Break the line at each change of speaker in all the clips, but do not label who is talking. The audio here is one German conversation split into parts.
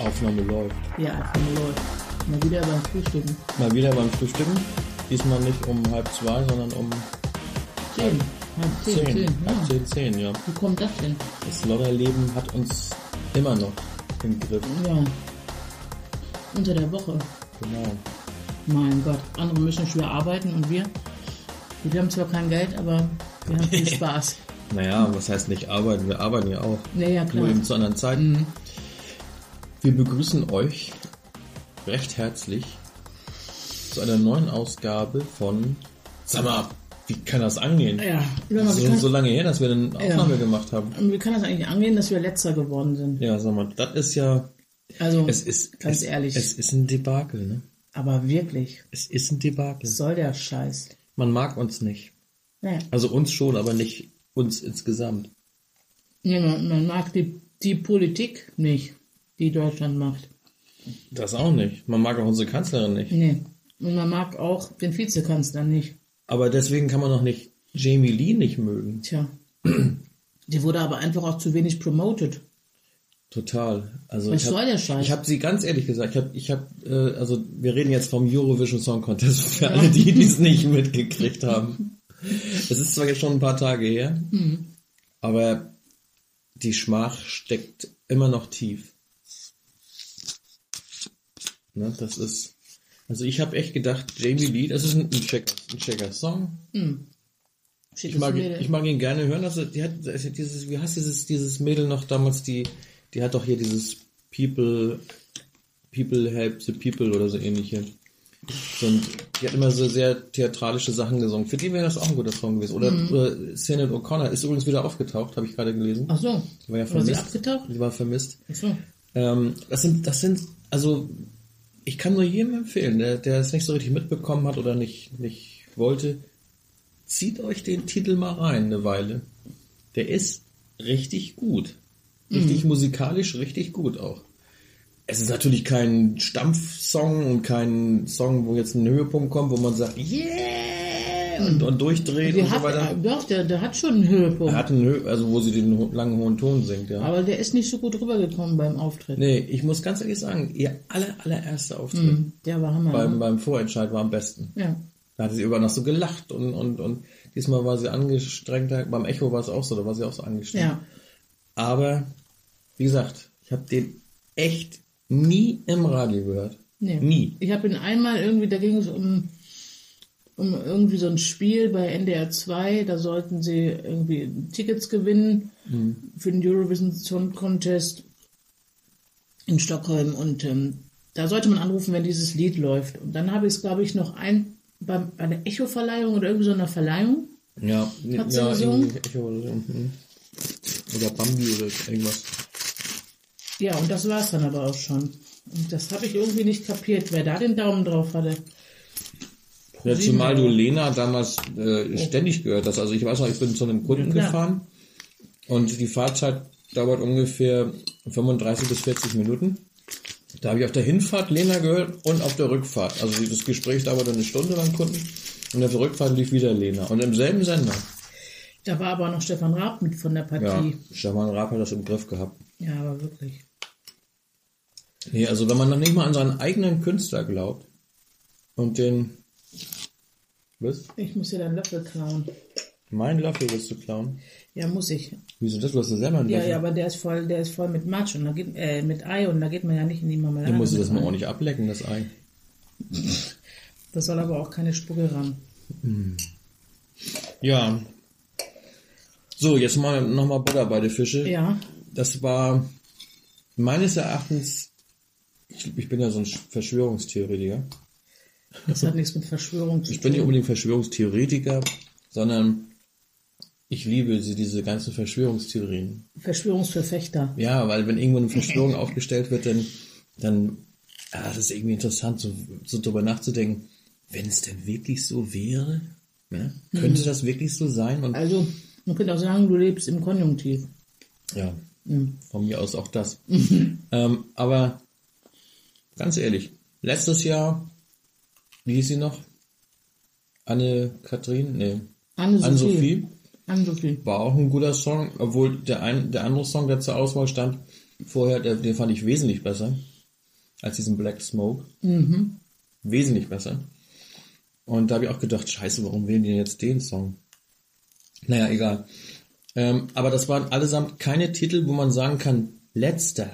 Aufnahme läuft.
Ja, Aufnahme läuft. Mal wieder beim Frühstücken.
Mal wieder beim Frühstücken. Diesmal nicht um halb zwei, sondern um
Zehn. Halb zehn,
zehn.
zehn.
Halb
Ja.
zehn, zehn, ja.
Wie kommt das denn?
Das Lodderleben hat uns immer noch im Griff.
Ja. Unter der Woche.
Genau.
Mein Gott. Andere müssen schwer arbeiten und wir? Gut, Wir haben zwar kein Geld, aber wir haben viel Spaß.
Naja, was heißt nicht arbeiten? Wir arbeiten ja auch.
Naja,
Nur
klar. Mhm.
eben zu anderen Zeiten. Wir begrüßen euch recht herzlich zu einer neuen Ausgabe von Sag mal, wie kann das angehen?
Ja. Sag mal, wie,
so,
kann,
so lange her, dass wir eine Aufnahme gemacht haben.
wie kann das eigentlich angehen, dass wir letzter geworden sind?
Ja, sag mal, das ist ja.
Also,
Es ist.
ganz
es,
ehrlich.
Es ist ein Debakel, ne?
aber wirklich.
Es ist ein Debakel.
Was soll der Scheiß?
Man mag uns nicht.
Naja.
Also uns schon, aber nicht uns insgesamt.
Nee, man, man mag die, die Politik nicht, die Deutschland macht.
Das auch nicht. Man mag auch unsere Kanzlerin nicht.
Nee. Und man mag auch den Vizekanzler nicht.
Aber deswegen kann man auch nicht Jamie Lee nicht mögen.
Tja. Die wurde aber einfach auch zu wenig promoted.
Total. Also
Was
ich hab-
soll der Scheiß?
Ich habe sie ganz ehrlich gesagt, ich habe, ich hab, äh, also wir reden jetzt vom Eurovision Song Contest für alle die, die es nicht mitgekriegt haben. Es ist zwar jetzt schon ein paar Tage her,
Mhm.
aber die Schmach steckt immer noch tief. Ne, das ist, also ich habe echt gedacht, Jamie Lee, das ist ein, ein checker, ein checker Song.
Schick
Ich mag,
das
ihn,
Mädel.
ich mag ihn gerne hören. Also, die hat, es hat dieses, wie heißt dieses, dieses Mädel noch damals, die, die hat doch hier dieses People, People Help the People oder so ähnliche. Und die hat immer so sehr theatralische Sachen gesungen. Für die wäre das auch ein guter Song gewesen. Oder äh, Sinead O'Connor ist übrigens wieder aufgetaucht, habe ich gerade gelesen.
Mhm. Ach so.
Die war ja
War sie
vermisst.
abgetaucht?
Die war vermisst.
Ach so.
Ähm, das sind, das sind, also ich kann nur jedem empfehlen, der, der es nicht so richtig mitbekommen hat oder nicht, nicht wollte, zieht euch den Titel mal rein eine Weile. Der ist richtig gut. Richtig musikalisch, richtig gut auch. Es ist natürlich kein Stampfsong und kein Song, wo jetzt ein Höhepunkt kommt, wo man sagt, yeah! Und, und durchdreht
Der
und so
hat, äh,
weiter.
doch, der, der hat schon einen Höhepunkt.
Er hat einen Hö also wo sie den ho- langen hohen Ton singt, ja.
Aber der ist nicht so gut rübergekommen beim Auftritt.
Nee, ich muss ganz ehrlich sagen, ihr aller, allererster Auftritt
Hm, Der war Hammer.
beim,
ne?
beim Vorentscheid war am besten.
ja.
Da hatte sie über noch so gelacht und, und, und diesmal war sie angestrengter. Beim Echo war es auch so, da war sie auch so angestrengt.
Ja.
Aber, wie gesagt, ich habe den echt nie im Radio gehört.
Nee.
Nie.
Ich habe ihn einmal irgendwie, da ging es um, um irgendwie so ein Spiel bei NDR 2, da sollten sie irgendwie Tickets gewinnen
Mhm.
für den Eurovision Song Contest in Stockholm und ähm, da sollte man anrufen, wenn dieses Lied läuft. Und dann habe ich es, glaube ich, noch ein beim- bei einer Echo-Verleihung oder irgendwie so einer Verleihung.
Ja, nee,
Hat sie
ja
gesungen?
irgendwie Echo oder so. mhm. Oder Bambi oder irgendwas.
Ja, und das war es dann aber auch schon. Und das habe ich irgendwie nicht kapiert, wer da den Daumen drauf hatte.
Ja, zumal du Lena damals äh, ständig gehört hast. Also ich weiß noch, ich bin zu einem Kunden
Ja.
gefahren und die Fahrzeit dauert ungefähr 35 bis 40 Minuten. Da habe ich auf der Hinfahrt Lena gehört und auf der Rückfahrt. Also das Gespräch dauerte eine Stunde beim Kunden und auf der Rückfahrt lief wieder Lena. Und im selben Sender.
Da war aber noch Stefan Raab mit von der
Ja,
Partie.
Stefan Raab hat das im Griff gehabt.
Ja, aber wirklich.
Nee, also wenn man noch nicht mal an seinen eigenen Künstler glaubt und den... Was?
Ich muss hier deinen Löffel klauen.
Mein Löffel willst du klauen?
Ja, muss ich.
Wieso das? Du hast ja selber einen
Ja,
Löffel.
ja, aber der ist voll, der ist voll mit Matsch und da geht, äh, mit Ei und da geht man ja nicht in die Marmelade.
Dann musst du
mit
das mal
rein.
ordentlich ablecken, das Ei.
Das soll aber auch keine Spucke ran.
Ja. So, jetzt mal nochmal Butter bei den Fische.
Ja,
Das war meines Erachtens, ich, ich bin ja so ein Verschwörungstheoretiker.
das hat nichts mit Verschwörung zu
Ich bin nicht
tun.
unbedingt Verschwörungstheoretiker, sondern ich liebe sie, diese ganzen Verschwörungstheorien.
Verschwörungsverfechter.
Ja, weil wenn irgendwo eine Verschwörung aufgestellt wird, dann, dann ah, das ist irgendwie interessant, so, so drüber nachzudenken, wenn es denn wirklich so wäre, ne? könnte das wirklich so sein? Und
Also, man könnte auch sagen, du lebst im Konjunktiv.
Ja, von mir aus auch das. ähm, aber ganz ehrlich, letztes Jahr, wie hieß sie noch? Anne-Kathrin? Nee.
Anne-Sophie.
Anne-Sophie
Anne-Sophie.
war auch ein guter Song, obwohl der, ein, der andere Song, der zur Auswahl stand, vorher, der, den fand ich wesentlich besser. als diesen Black Smoke. Wesentlich besser. Und da habe ich auch gedacht, scheiße, warum wählen die denn jetzt den Song? Naja, egal. Ähm, aber das waren allesamt keine Titel, wo man sagen kann, letzter.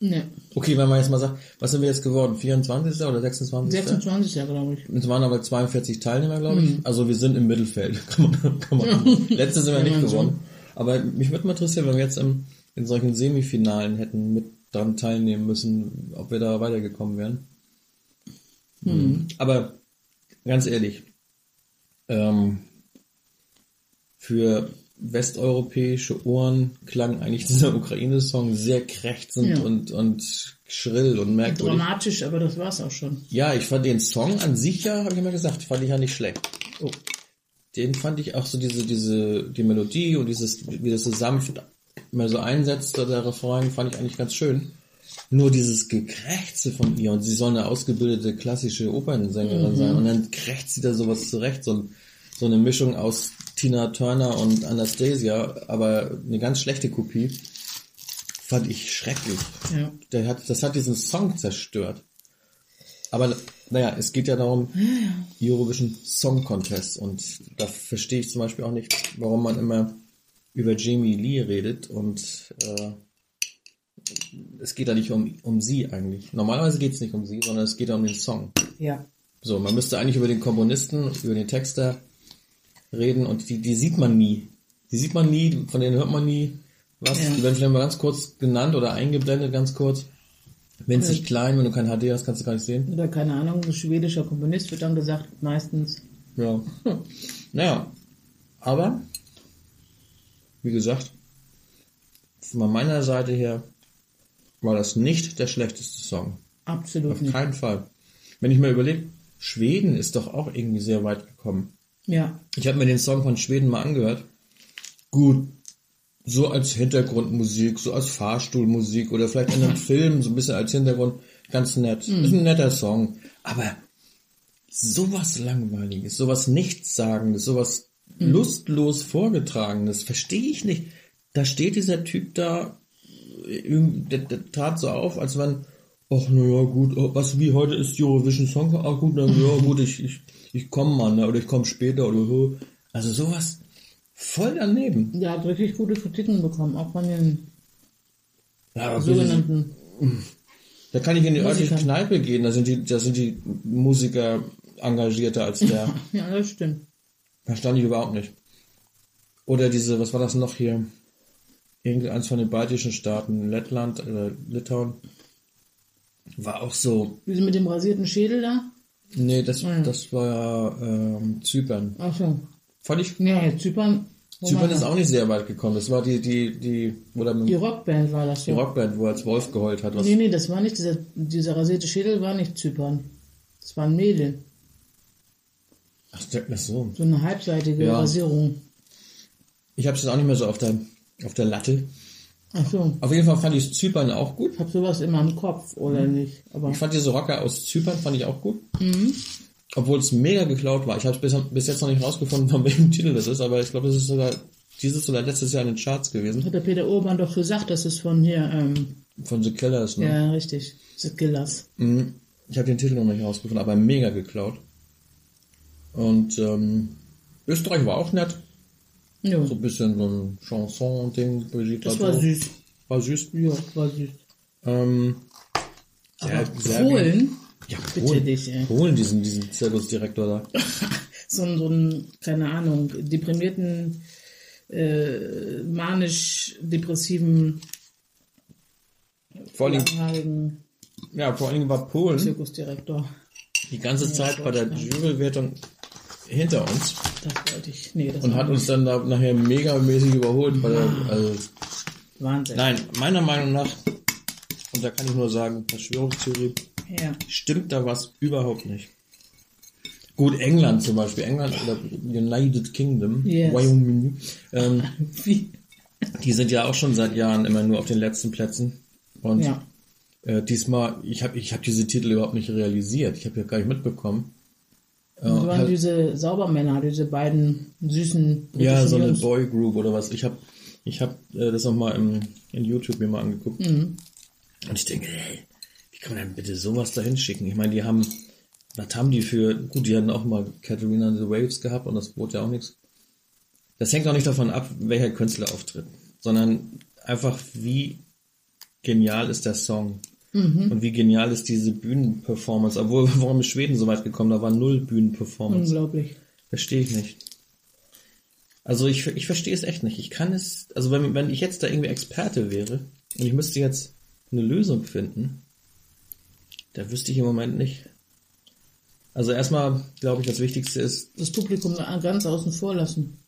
Ne,
Okay, wenn man jetzt mal sagt, was sind wir jetzt geworden? 24. oder 26.?
26. Ja, glaube ich.
Es waren aber 42 Teilnehmer, glaube ich. Also wir sind im Mittelfeld. kann man, kann man. Letztes sind wir nicht
man so.
geworden. Aber mich würde mal interessieren, wenn wir jetzt im, in solchen Semifinalen hätten mit dran teilnehmen müssen, ob wir da weitergekommen wären. Mhm. Aber ganz ehrlich, ähm, für westeuropäische Ohren klang eigentlich dieser Ukraine-Song sehr krächzend
Ja.
und, und schrill und merkwürdig.
Dramatisch, aber das war's auch schon.
Ja, ich fand den Song an sich ja, habe ich immer gesagt, fand ich ja nicht schlecht. Oh. Den fand ich auch so diese, diese, die Melodie und dieses, wie das so sanft immer so einsetzt, der Refrain, fand ich eigentlich ganz schön. Nur dieses Gekrächze von ihr und sie soll eine ausgebildete klassische Opernsängerin sein und dann krächzt sie da sowas zurecht, so, ein, so eine Mischung aus Tina Turner und Anastasia, aber eine ganz schlechte Kopie, fand ich schrecklich.
Ja.
Der hat, das hat diesen Song zerstört. Aber naja, es geht ja darum, Eurovision Song Contest. Und da verstehe ich zum Beispiel auch nicht, warum man immer über Jamie Lee redet. Und äh, es geht ja nicht um, um sie eigentlich. Normalerweise geht es nicht um sie, sondern es geht ja um den Song.
Ja.
So, man müsste eigentlich über den Komponisten, über den Texter reden und die, die sieht man nie. Die sieht man nie, von denen hört man nie was.
Ja.
Die werden vielleicht mal ganz kurz genannt oder eingeblendet, ganz kurz. Winzig klein, wenn du kein HD hast, kannst du gar nicht sehen.
Oder keine Ahnung, ein schwedischer Komponist wird dann gesagt, meistens.
Ja. Hm. Naja. Aber, wie gesagt, von meiner Seite her war das nicht der schlechteste Song.
Absolut
Auf
nicht.
keinen Fall. Wenn ich mal überlege, Schweden ist doch auch irgendwie sehr weit gekommen.
Ja.
Ich habe mir den Song von Schweden mal angehört. Gut. So als Hintergrundmusik, so als Fahrstuhlmusik oder vielleicht in einem Film, so ein bisschen als Hintergrund. Ganz nett. Ist ein netter Song. Aber sowas Langweiliges, sowas Nichtssagendes, sowas lustlos Vorgetragenes, verstehe ich nicht. Da steht dieser Typ da, äh, irgend- der, der tat so auf, als wenn, ach naja, gut, oh, was wie heute ist Eurovision Song, Contest? ah gut, na ja, gut, ich, ich, ich komme mal, ne, oder ich komme später, oder so. Also sowas voll daneben.
Der hat wirklich gute Kritiken bekommen, auch von den
Ja, aber
sogenannten.
Also Da kann ich in die örtliche
Musikern.
Kneipe gehen, da sind die, da sind die Musiker engagierter als der.
Ja, das stimmt.
Verstand ich überhaupt nicht. Oder diese, was war das noch hier? Irgendeins von den baltischen Staaten, Lettland oder Litauen. War auch so.
Wie sie mit dem rasierten Schädel da?
Nee, das, das war ähm, Zypern.
Ach so.
Fand ich.
Ja, ja, Zypern. wo
Zypern
man-
ist auch nicht sehr weit gekommen. Das war die, die, die, wo der mit
Die
die
Rockband war das ja.
Rockband, wo er als Wolf geheult hat. Was,
Nee, nee, das war nicht dieser, dieser rasierte Schädel war nicht Zypern. Das waren Mädel.
Ach, der- ach so.
So eine halbseitige
Ja.
Rasierung.
Ich hab's jetzt auch nicht mehr so auf der, auf der Latte.
Ach so.
Auf jeden Fall fand ich Zypern auch gut.
Ich hab sowas immer im Kopf, oder
Mhm.
nicht? Aber
Ich fand diese Rocker aus Zypern fand ich auch gut. Obwohl es mega geklaut war. Ich habe bis, bis jetzt noch nicht rausgefunden, von welchem Titel das ist, aber ich glaube, es ist sogar dieses oder letztes Jahr in den Charts gewesen.
hat der Peter Urban doch gesagt, das ist von hier, ähm,
Von The Killers, ne?
ja, richtig, The Killers.
Mhm. Ich habe den Titel noch nicht rausgefunden, aber mega geklaut. Und ähm, Österreich war auch nett.
Ja,
So ein bisschen so ein Chanson-Ding. Brigitte
das war
Bardot.
süß.
War süß.
Ja, war süß.
Ähm,
Aber
Ser- Serbien-
Polen,
Ja,
Bitte
Polen,
dich, ey.
Polen diesen, diesen Zirkusdirektor da.
so ein, so ein, keine Ahnung, deprimierten, äh, manisch-depressiven,
Vor allem,
langhaarigen
ja, vor allem war Polen.
Zirkusdirektor.
die ganze Zeit bei der Jurybewertung hinter uns
Das wollte ich, nee, das
und
war
hat uns dann da nachher megamäßig überholt. Bei der, also,
Wahnsinn.
nein, meiner Meinung nach, und da kann ich nur sagen, Verschwörungstheorie,
Ja.
stimmt da was überhaupt nicht. Gut, England zum Beispiel, England oder United Kingdom,
Yes.
Wyoming, ähm,
Wie?
die sind ja auch schon seit Jahren immer nur auf den letzten Plätzen. Und
Ja.
äh, diesmal, ich habe ich hab diese Titel überhaupt nicht realisiert, ich habe ja gar nicht mitbekommen. Äh,
Das waren
hab-
diese Saubermänner, diese beiden süßen
Ja,
britischen
so eine
Jungs.
Boygroup oder was. Ich hab ich hab, äh, das nochmal in YouTube mir mal angeguckt. Und ich denke, ey, wie kann man denn bitte sowas dahin schicken? Ich meine, die haben, was haben die für, gut, die hatten auch mal Katerina and the Waves gehabt und das bot ja auch nichts. Das hängt auch nicht davon ab, welcher Künstler auftritt, sondern einfach, wie genial ist der Song und wie genial ist diese Bühnenperformance. Obwohl, warum ist Schweden so weit gekommen? Da war null Bühnenperformance.
Unglaublich.
Verstehe ich nicht. Also ich, ich verstehe es echt nicht. Ich kann es, also wenn, wenn ich jetzt da irgendwie Experte wäre und ich müsste jetzt eine Lösung finden, da wüsste ich im Moment nicht. Also erstmal glaube ich, das Wichtigste ist,
Das Publikum ganz außen vor lassen.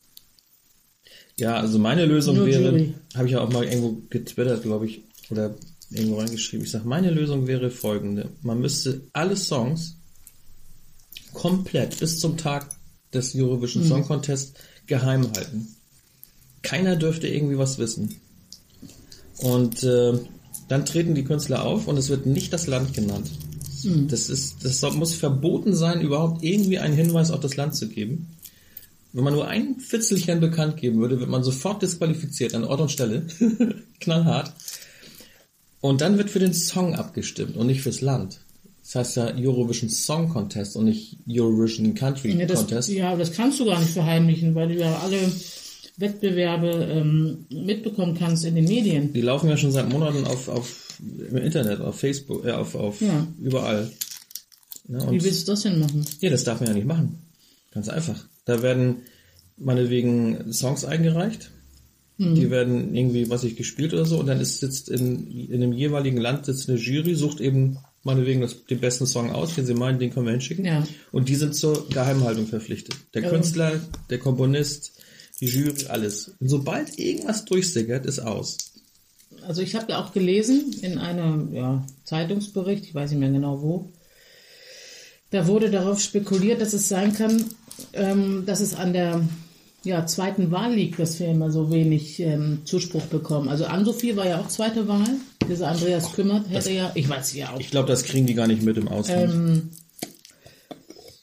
ja, also meine Lösung
Nur
wäre,
Jury.
habe ich ja auch mal irgendwo getwittert, glaube ich, oder irgendwo reingeschrieben. Ich sage, meine Lösung wäre folgende. Man müsste alle Songs komplett bis zum Tag des Eurovision Song Contest geheim halten. Keiner dürfte irgendwie was wissen. Und äh, dann treten die Künstler auf und es wird nicht das Land genannt.
Hm.
Das, ist, das soll- muss verboten sein, überhaupt irgendwie einen Hinweis auf das Land zu geben. Wenn man nur ein Fitzelchen bekannt geben würde, wird man sofort disqualifiziert an Ort und Stelle. Knallhart. Und dann wird für den Song abgestimmt und nicht fürs Land. Das heißt ja Eurovision Song Contest und nicht Eurovision Country
Ja, das,
Contest.
ja, aber das kannst du gar nicht verheimlichen, weil du ja alle Wettbewerbe ähm, mitbekommen kannst in den Medien.
Die laufen ja schon seit Monaten auf, auf im Internet, auf Facebook, äh, auf, auf
Ja.
überall. Ne, und-
Wie willst du das denn machen?
Ja, das darf man ja nicht machen. Ganz einfach. Da werden meinetwegen Songs eingereicht.
Hm.
Die werden irgendwie, was ich gespielt oder so, und dann ist sitzt in, in dem jeweiligen Land sitzt eine Jury, sucht eben meinetwegen das, den besten Song aus, den sie meinen, den können wir hinschicken.
Ja.
Und die sind zur Geheimhaltung verpflichtet. Der
Ja.
Künstler, der Komponist, die Jury, alles. Und sobald irgendwas durchsickert, ist aus.
Also ich habe ja auch gelesen in einem ja, Zeitungsbericht, ich weiß nicht mehr genau wo, da wurde darauf spekuliert, dass es sein kann, ähm, dass es an der ja, zweiten Wahl liegt, dass wir immer so wenig ähm, Zuspruch bekommen. Also Ann-Sophie war ja auch zweite Wahl. Dieser Andreas Kümmert hätte ja, ich weiß ja auch
Ich glaube, das kriegen die gar nicht mit im Ausland.
Ähm,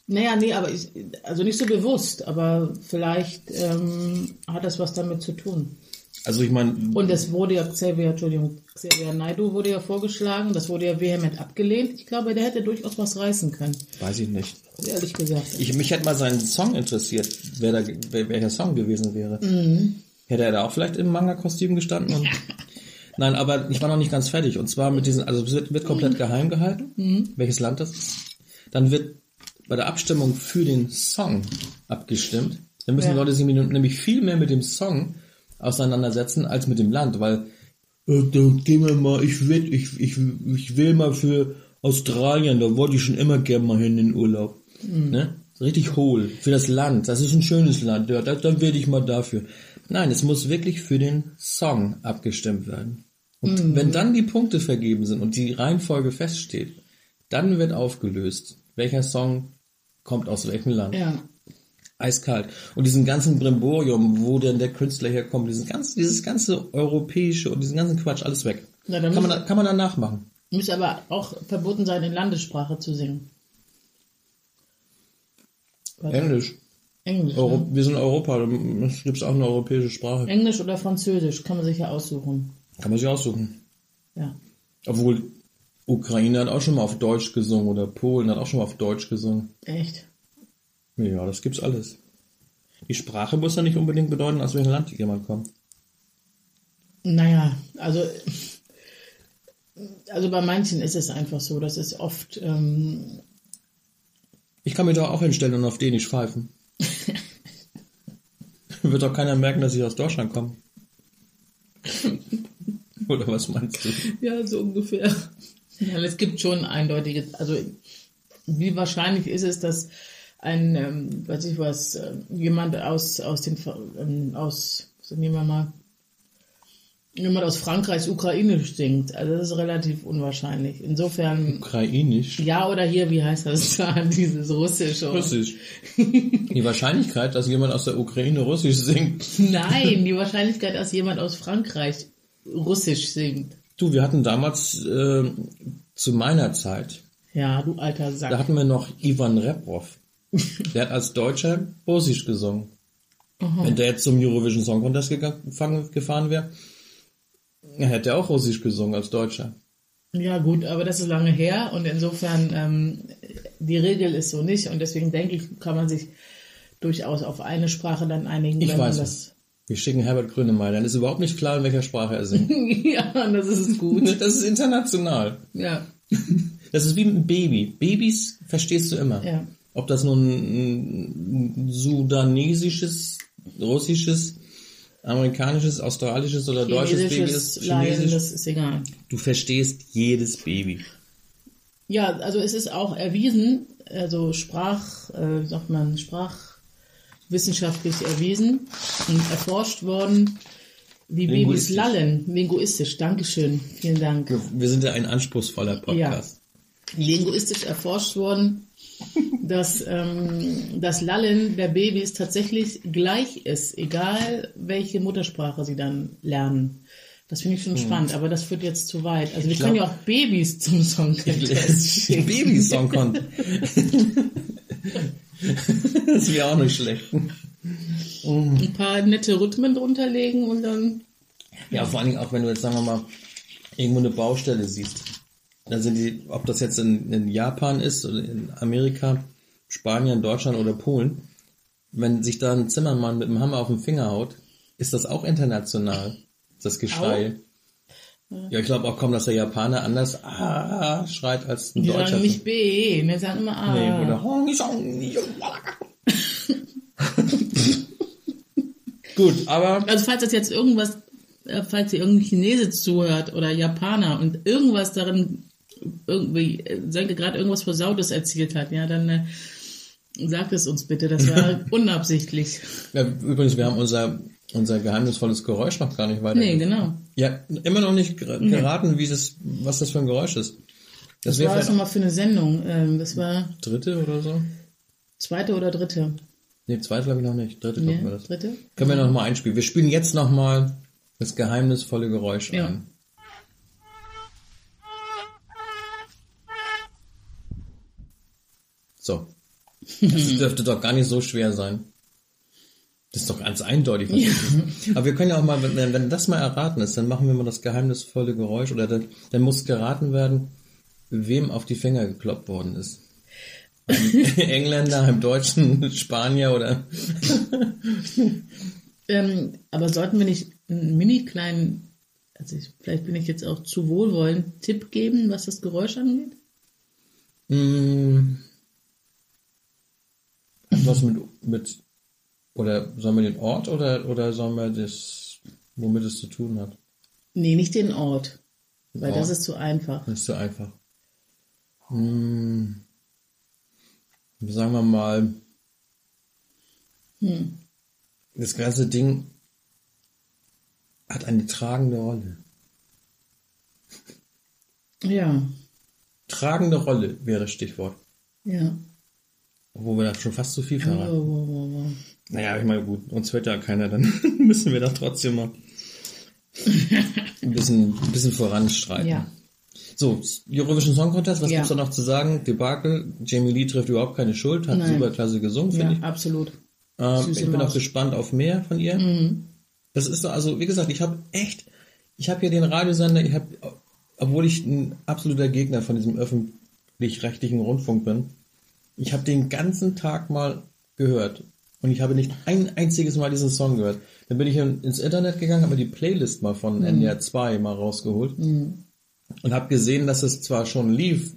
Naja, nee, aber ich, also nicht so bewusst, aber vielleicht ähm, hat das was damit zu tun.
also ich meine,
Und es wurde ja Xavier, Entschuldigung, Xavier Naidu wurde ja vorgeschlagen, das wurde ja vehement abgelehnt. Ich glaube, der hätte durchaus was reißen können,
weiß ich nicht.
ehrlich gesagt.
Ich, mich hätte mal seinen Song interessiert, wer da, ge- wer, welcher Song gewesen wäre.
Mhm.
Hätte er da auch vielleicht im Manga-Kostüm gestanden? Und Nein, aber ich war noch nicht ganz fertig. Und zwar mit diesen, also es wird, wird
Mhm.
komplett geheim gehalten, welches Land das ist. Dann wird bei der Abstimmung für den Song abgestimmt. Dann müssen
Ja.
die Leute sich mit- nämlich viel mehr mit dem Song auseinandersetzen als mit dem Land, weil äh, da gehen wir mal, ich will, ich, ich, ich will mal für Australien, da wollte ich schon immer gerne mal hin in Urlaub. Ne? Richtig hohl, für das Land, das ist ein schönes Land, ja, da, dann werde ich mal dafür. Nein, es muss wirklich für den Song abgestimmt werden. Und wenn dann die Punkte vergeben sind und die Reihenfolge feststeht, dann wird aufgelöst, welcher Song kommt aus welchem Land
Ja,
eiskalt. Und diesen ganzen Brimborium, wo denn der Künstler herkommt, dieses ganze, dieses ganze europäische und diesen ganzen Quatsch, alles weg.
Na, dann
kann, man,
muss-
da- kann man dann nachmachen.
müsste aber auch verboten sein, in Landessprache zu singen. Was?
Englisch.
Englisch,
Euro,
ne?
Wir sind Europa, da gibt es auch eine europäische Sprache.
Englisch oder Französisch kann man sich ja aussuchen.
Kann man sich aussuchen.
Ja.
Obwohl, Ukraine hat auch schon mal auf Deutsch gesungen oder Polen hat auch schon mal auf Deutsch gesungen.
Echt?
Ja, das gibt's alles. Die Sprache muss ja nicht unbedingt bedeuten, aus welchem Land jemand kommt.
Naja, also, also bei manchen ist es einfach so, das ist oft, ähm,
Ich kann mich doch auch hinstellen und auf den nicht pfeifen. Wird doch keiner merken, dass ich aus Deutschland komme. Oder was meinst du?
ja, so ungefähr. Ja, es gibt schon eindeutige, also wie wahrscheinlich ist es, dass ein, ähm, weiß ich was, äh, jemand aus, aus den, Ver- ähm, aus, sagen wir mal, jemand aus Frankreichs Ukrainisch singt. Also das ist relativ unwahrscheinlich. Insofern,
Ukrainisch.
ja oder hier, wie heißt das da, dieses Russische?
Russisch. Die Wahrscheinlichkeit, dass jemand aus der Ukraine Russisch singt.
Nein, die Wahrscheinlichkeit, dass jemand aus Frankreich Russisch singt.
Du, wir hatten damals äh, zu meiner Zeit,
Ja, du alter
da
Sack.
hatten wir noch Ivan Reprov. Der hat als Deutscher Russisch gesungen. Wenn der jetzt zum Eurovision Song Contest gegangen- gefahren wäre, dann hätte er auch Russisch gesungen als Deutscher.
Ja, gut, aber das ist lange her und insofern ähm, die Regel ist so nicht und deswegen denke ich, kann man sich durchaus auf eine Sprache dann einigen.
Ich
wenn man
weiß
das.
Wir schicken Herbert Grönemeyer, dann ist überhaupt nicht klar, in welcher Sprache er singt.
ja, das ist gut.
Das ist international.
ja,
Das ist wie ein Baby. Babys verstehst du immer.
Ja.
Ob das nun ein ein sudanesisches, russisches, amerikanisches, australisches oder deutsches Baby ist,
chinesisches Laien,
chinesisch,
das ist egal.
du verstehst jedes Baby.
Ja, also es ist auch erwiesen, also Sprach, äh, wie sagt man, sprachwissenschaftlich erwiesen und erforscht worden, wie Babys
Linguistisch.
lallen, linguistisch. Dankeschön, vielen Dank.
Wir sind ja ein anspruchsvoller Podcast.
linguistisch erforscht worden, dass ähm, das Lallen der Babys tatsächlich gleich ist, egal welche Muttersprache sie dann lernen. Das finde ich schon spannend, aber das führt jetzt zu weit. Also wir
Hm. glaub-
können ja auch Babys zum Song Contest
Den
schicken.
Babysong konnten. das wäre auch nicht schlecht.
Ein paar nette Rhythmen drunter legen und dann
Ja, vor allen Dingen auch, wenn du jetzt, sagen wir mal, irgendwo eine Baustelle siehst. Dann sind die, ob das jetzt in, in Japan ist, oder in Amerika, Spanien, Deutschland oder Polen, wenn sich da ein Zimmermann mit dem Hammer auf den Finger haut, ist das auch international, das Geschrei. Ja, ich glaube auch kaum, dass der Japaner anders ah, schreit als ein
die
Deutscher.
sagen nicht ah. B, wir sagen immer A.
Nee, oder Hongi, Hongi, Walaka. Gut, aber
Also falls das jetzt irgendwas, äh, falls ihr irgendein Chinese zuhört oder Japaner und irgendwas darin irgendwie, äh, sagen wir gerade irgendwas Versautes erzählt hat, ja, dann äh, sagt es uns bitte, das war unabsichtlich.
ja, übrigens, wir haben unser, unser geheimnisvolles Geräusch noch gar nicht weiter.
Nee, genau.
Ja, immer noch nicht ger- geraten, wie das, was das für ein Geräusch ist. Das
Das war
wäre
das
vielleicht
nochmal für eine Sendung. Ähm, das war
dritte oder so.
zweite oder dritte?
Nee, zweite glaube ich noch nicht. Dritte
Nee,
gucken wir das.
dritte?
Können wir nochmal einspielen. Wir spielen jetzt nochmal das geheimnisvolle Geräusch
Ja.
ein. So. Das dürfte doch gar nicht so schwer sein. Das ist doch ganz eindeutig. Was das ist. Aber wir können ja auch mal, wenn, wenn das mal erraten ist, dann machen wir mal das geheimnisvolle Geräusch oder dann, dann muss geraten werden, wem auf die Finger gekloppt worden ist. Einem Engländer, einem Deutschen, Spanier oder
Ähm, aber sollten wir nicht einen mini kleinen, also ich, vielleicht bin ich jetzt auch zu wohlwollend, Tipp geben, was das Geräusch angeht?
Mm. Hat was mit, mit, oder sollen wir den Ort oder, oder sollen wir das, womit es zu tun hat?
Nee, nicht den Ort. Weil
Ort?
das ist zu einfach.
Das ist so einfach. Mm. Sagen wir mal, das ganze Ding hat eine tragende Rolle.
Ja,
Tragende Rolle wäre das Stichwort.
ja.
Obwohl wir da schon fast zu viel
Wow,
verraten.
wow, wow, wow.
Naja, ich meine, gut, uns hört ja keiner, dann müssen wir da trotzdem mal ein bisschen, ein bisschen voranstreiten.
Ja.
So, Eurovision Song Contest, was
Ja.
gibt's da noch zu sagen? Debakel, Jamie Lee trifft überhaupt keine Schuld, hat
Nein.
super klasse gesungen,
Ja,
finde
absolut.
ich. Ähm,
süße
ich bin
Maus. Mhm.
auch gespannt auf mehr von ihr. Das ist so, also, wie gesagt, ich habe echt, ich habe hier den Radiosender, ich habe, obwohl ich ein absoluter Gegner von diesem öffentlich-rechtlichen Rundfunk bin, ich habe den ganzen Tag mal gehört und ich habe nicht ein einziges Mal diesen Song gehört. Dann bin ich in- ins Internet gegangen, habe mir die Playlist mal von
Mhm.
NDR 2 mal rausgeholt und habe gesehen, dass es zwar schon lief,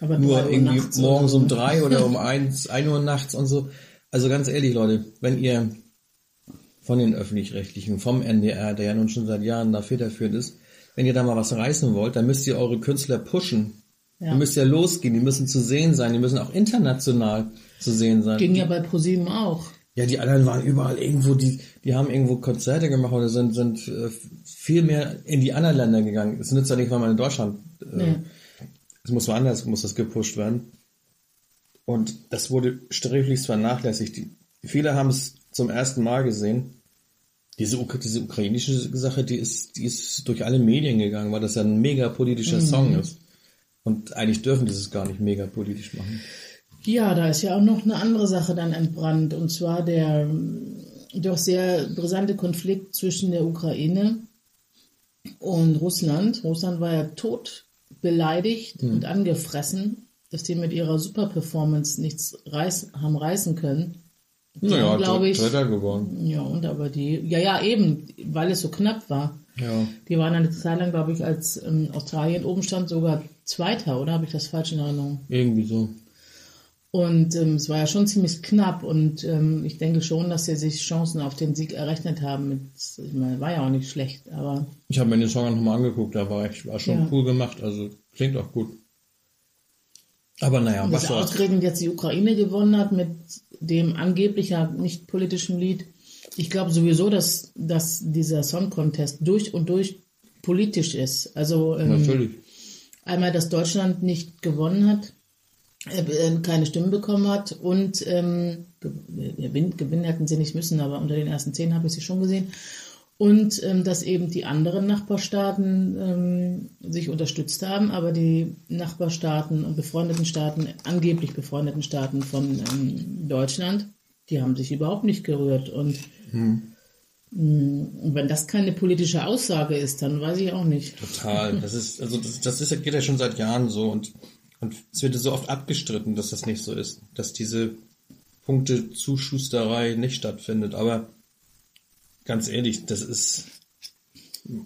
Aber drei
nur
Uhr
irgendwie
nachts oder
morgens
so,
um
ne?
drei oder um eins, ein Uhr nachts und so. Also ganz ehrlich, Leute, wenn ihr von den öffentlich-rechtlichen, vom NDR, der ja nun schon seit Jahren da federführend ist, wenn ihr da mal was reißen wollt, dann müsst ihr eure Künstler pushen.
Ja.
Ihr müsst ja losgehen, die müssen zu sehen sein, die müssen auch international zu sehen sein.
Ging ja bei ProSieben auch.
Ja, die anderen waren überall irgendwo, die, die haben irgendwo Konzerte gemacht oder sind, sind äh, viel mehr in die anderen Länder gegangen. Es nützt ja nicht, weil man in Deutschland, äh,
Nee.
es muss woanders, muss das gepusht werden. Und das wurde sträflichst vernachlässigt. Die, viele haben es zum ersten Mal gesehen. Diese, Uk- diese ukrainische Sache, die ist, die ist durch alle Medien gegangen, weil das ja ein mega politischer
Mhm.
Song ist. Und eigentlich dürfen die es gar nicht mega politisch machen.
Ja, da ist ja auch noch eine andere Sache dann entbrannt. Und zwar der ähm, doch sehr brisante Konflikt zwischen der Ukraine und Russland. Russland war ja tot beleidigt
Mhm.
und angefressen, dass die mit ihrer Super-Performance nichts reiß, haben reißen können. Die
Naja,
haben, glaube ich.
Dritter geworden.
Ja, und aber die, ja, ja, eben, weil es so knapp war.
Ja.
Die waren eine Zeit lang, glaube ich, als ähm, Australien oben stand, sogar Zweiter, oder? Habe ich das falsch in Erinnerung?
Irgendwie so.
Und ähm, es war ja schon ziemlich knapp und ähm, ich denke schon, dass sie sich Chancen auf den Sieg errechnet haben. Mit, ich meine, war ja auch nicht schlecht, aber
Ich habe mir den Song auch nochmal angeguckt, da war ich, war schon
Ja.
cool gemacht, also klingt auch gut. Aber naja, was
das
soll's.
ausgerechnet jetzt die Ukraine gewonnen hat mit dem angeblich ja nicht politischen Lied. Ich glaube sowieso, dass, dass dieser Song Contest durch und durch politisch ist. Also ähm,
Natürlich.
Einmal, dass Deutschland nicht gewonnen hat, äh, äh, keine Stimmen bekommen hat und ähm, ge- gewin- gewinnen hätten sie nicht müssen, aber unter den ersten zehn habe ich sie schon gesehen. Und ähm, dass eben die anderen Nachbarstaaten ähm, sich unterstützt haben, aber die Nachbarstaaten und befreundeten Staaten, angeblich befreundeten Staaten von ähm, Deutschland, die haben sich überhaupt nicht gerührt. Und, mh, und wenn das keine politische Aussage ist, dann weiß ich auch nicht.
Total. Das ist, also das, das ist, geht ja schon seit Jahren so und, und es wird so oft abgestritten, dass das nicht so ist, dass diese Punktezuschüsterei nicht stattfindet. Aber ganz ehrlich, das ist,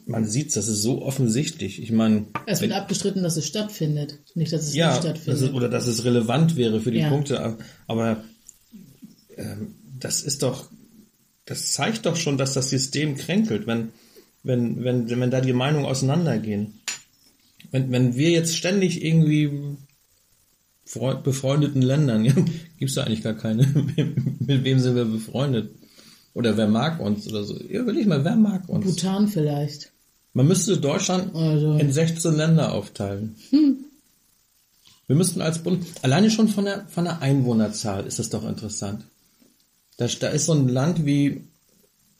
man sieht's, das ist so offensichtlich. Ich meine,
Es wird abgestritten, dass es stattfindet, nicht, dass es
ja,
nicht
das ist,
stattfindet.
oder dass es relevant wäre für die
Ja.
Punkte. Aber ähm, das ist doch, das zeigt doch schon, dass das System kränkelt, wenn, wenn, wenn, wenn da die Meinungen auseinandergehen. Wenn, wenn wir jetzt ständig irgendwie freu- befreundeten Ländern, ja, gibt's da eigentlich gar keine, mit wem sind wir befreundet? Oder wer mag uns oder so? Ja, will ich mal, wer mag uns?
Bhutan vielleicht.
Man müsste Deutschland
Also- Hm.
in 16 Länder aufteilen. Wir müssten als Bund, alleine schon von der, von der Einwohnerzahl ist das doch interessant. Da, da ist so ein Land wie,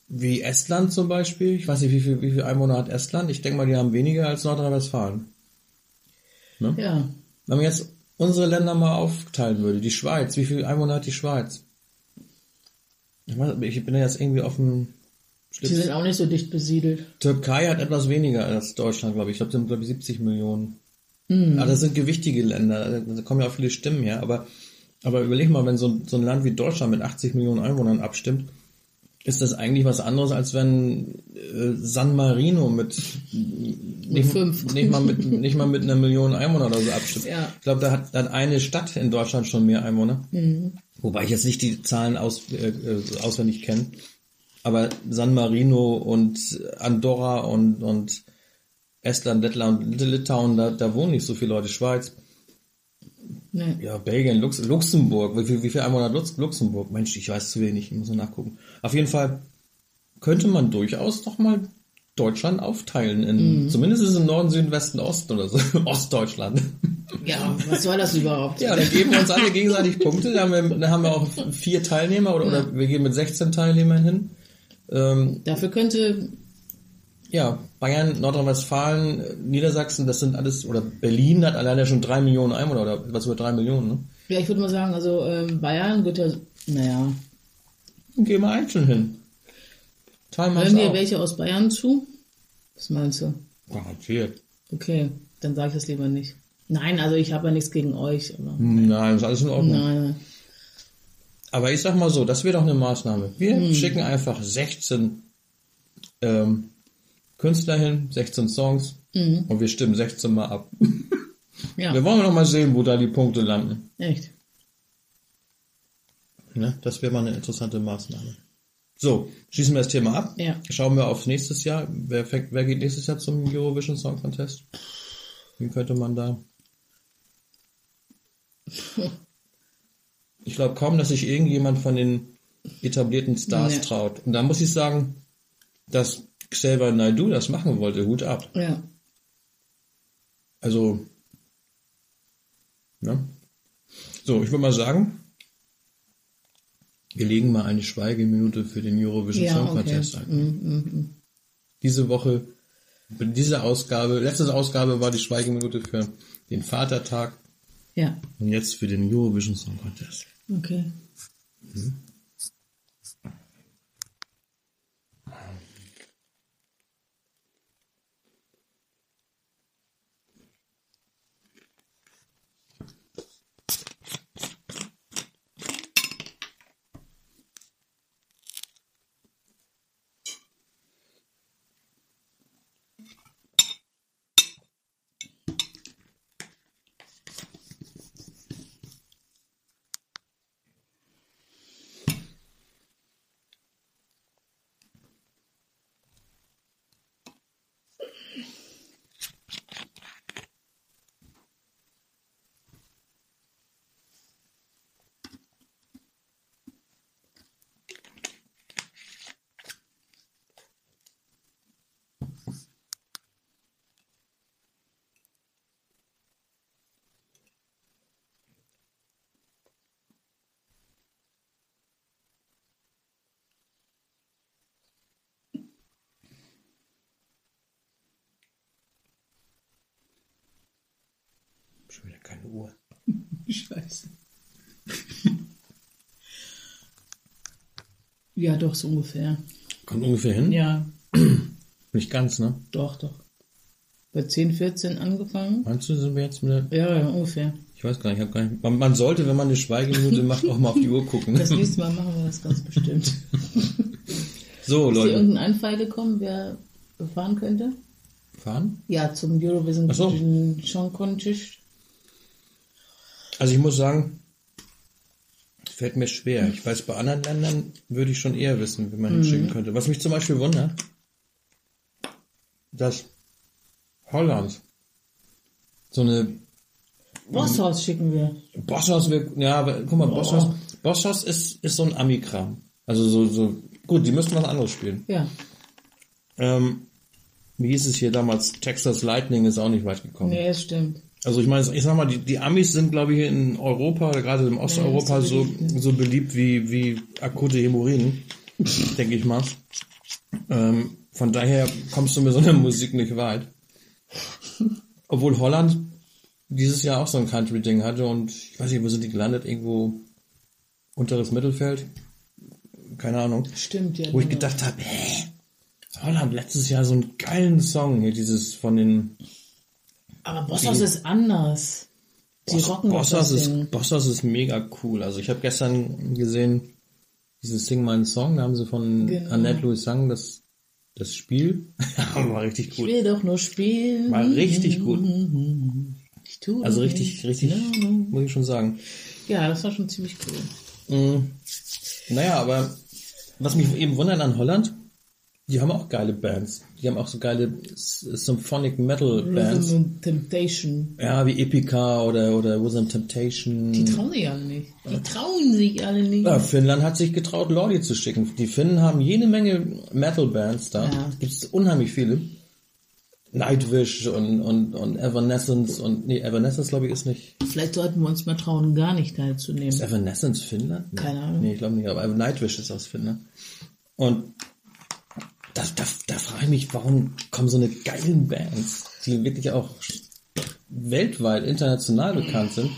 wie Estland zum Beispiel. Ich weiß nicht, wie viel, wie viel Einwohner hat Estland. Ich denke mal, die haben weniger als Nordrhein-Westfalen.
Ja,
Wenn man jetzt unsere Länder mal aufteilen würde, die Schweiz, wie viele Einwohner hat die Schweiz? Ich, weiß, aber ich bin ja jetzt irgendwie auf dem
die sind auch nicht so dicht besiedelt.
Türkei hat etwas weniger als Deutschland, glaube ich. Ich glaube, sind glaube ich 70 Millionen. Aber das sind gewichtige Länder, da kommen ja auch viele Stimmen her. Aber, aber überleg mal, wenn so, ein- so ein Land wie Deutschland mit 80 Millionen Einwohnern abstimmt, ist das eigentlich was anderes, als wenn äh, San Marino mit, nicht,
fünf.
Nicht, mal mit nicht mal mit einer Million Einwohner oder so abstimmt.
Ja.
Ich glaube, da hat, hat eine Stadt in Deutschland schon mehr Einwohner. Wobei ich jetzt nicht die Zahlen aus, äh, äh, auswendig kenne. Aber San Marino und Andorra und, und Estland, Lettland, Litauen, da, da wohnen nicht so viele Leute. Schweiz,
Nee.
ja, Belgien, Lux, Luxemburg. Wie viel, wie viel einmal hat Lux, Luxemburg? Mensch, ich weiß zu wenig, ich muss noch nachgucken. Auf jeden Fall könnte man durchaus noch mal Deutschland aufteilen. In, Zumindest ist es im Norden, Süden, Westen, Osten oder so. Ostdeutschland.
Ja, was soll das überhaupt?
Ja, dann geben wir uns alle gegenseitig Punkte. Dann haben wir, dann haben wir auch vier Teilnehmer oder, oder wir gehen mit 16 Teilnehmern hin. Ähm,
Dafür könnte,
ja, Bayern, Nordrhein-Westfalen, äh, Niedersachsen, das sind alles, oder Berlin hat alleine schon drei Millionen Einwohner oder was über drei Millionen, ne?
ja, ich würde mal sagen, also ähm, Bayern wird ja, naja,
Dann gehen wir einzeln hin. Teilen wir
hören dir
uns
welche aus Bayern zu? Was meinst du?
auf. Garantiert.
Okay, dann sage ich das lieber nicht. Nein, also ich habe ja nichts gegen euch. Aber
Nein, ist alles in Ordnung.
nein,
Aber ich sag mal so, das wäre doch eine Maßnahme. Wir schicken einfach 16 ähm, Künstler hin, 16 Songs und wir stimmen 16 mal ab.
ja,
Wir wollen noch mal sehen, wo da die Punkte landen.
echt.
Ne? Das wäre mal eine interessante Maßnahme. So, schließen wir das Thema ab.
Ja.
Schauen wir aufs nächstes Jahr. Wer, fängt- wer geht nächstes Jahr zum Eurovision Song Contest? Wie könnte man da? Ich glaube kaum, dass sich irgendjemand von den etablierten Stars
Nee.
traut. Und da muss ich sagen, dass Xavier Naidu das machen wollte, Hut ab.
Ja,
Also, ne? So, ich würde mal sagen, wir legen mal eine Schweigeminute für den Eurovision
ja
Song
okay.
Contest ein.
Mm, mm, mm.
Diese Woche, diese Ausgabe, letzte Ausgabe war die Schweigeminute für den Vatertag
Ja,
und jetzt für den Eurovision Song Contest.
okay.
habe schon wieder keine Uhr.
Scheiße. ja, doch, so ungefähr.
Kommt ungefähr hin?
Ja,
Nicht ganz, ne?
doch, doch. Bei 10, 14 angefangen?
Meinst du, sind wir jetzt mit der...
Ja, ja, ungefähr.
Ich weiß gar nicht, ich hab gar nicht... Man, man sollte, wenn man eine Schweigeminute macht, auch mal auf die Uhr gucken.
Das nächste Mal machen wir das ganz bestimmt. Ist
So,
dir
Leute.
irgendein Anfall gekommen, wer fahren könnte?
Fahren?
Ja, zum Eurovision
Ach so.
Song Contest.
Also ich muss sagen, fällt mir schwer. Ich weiß, bei anderen Ländern würde ich schon eher wissen, wie man hinschicken könnte. Was mich zum Beispiel wundert, dass Holland so eine
Bosshaus schicken wir.
Bosshaus, wär- ja, aber guck mal, Bosshaus, Bosshaus ist, ist so ein Ami-Kram. Also so, so, gut, die müssten was anderes spielen.
Ja,
Ähm, wie hieß es hier damals? Texas Lightning ist auch nicht weit gekommen.
nee, das stimmt.
Also ich meine, ich sag mal, die, die Amis sind, glaube ich, in Europa, oder gerade im Osteuropa,
nicht so
so,
beliebt,
so beliebt wie, wie akute Hämorrhoiden, denke ich mal. Ähm, von daher kommst du mit so einer Musik nicht weit. Obwohl Holland dieses Jahr auch so ein Country-Ding hatte und ich weiß nicht, wo sind die gelandet? Irgendwo unteres Mittelfeld? Keine Ahnung.
Stimmt, ja.
Wo ich
genau.
gedacht habe, hä? Holland letztes Jahr so einen geilen Song hier, dieses von den
Aber Bosshaus ist anders. Die
Boss-
rocken doch
Bosshaus
das Ding.
ist, Bosshaus ist mega cool. Also ich habe gestern gesehen, diesen Sing meinen Song, da haben sie von
Genau.
Annette Louis Sang das, das Spiel. war richtig
Ich
gut.
will doch nur spielen.
War richtig gut.
Ich tue
Also
nicht. Ne?
richtig, richtig,
No, no.
muss ich schon sagen.
Ja, das war schon ziemlich cool.
Mm, Naja, aber was mich eben wundert an Holland, die haben auch geile Bands. Die haben auch so geile S- Symphonic Metal Bands.
Rhythm and Temptation.
Ja, wie Epica oder, oder Wisdom Temptation.
Die trauen sich alle nicht. Die trauen sich alle nicht.
Hm. Ja, Finnland hat sich getraut, Lordi zu schicken. Die Finnen haben jede Menge Metal-Bands da.
Ja.
Gibt es unheimlich viele. Nightwish und, und, und Evanescence und nee, Evanescence glaube ich ist nicht.
Vielleicht sollten wir uns mal trauen, gar nicht
Ist
teilzunehmen.
Evanescence Finnland? Nee.
Keine Ahnung.
Nee, ich glaube nicht, aber Nightwish ist aus Finnland. Und da, da, da frage ich mich, warum kommen so eine geilen Bands, die wirklich auch weltweit, international bekannt sind,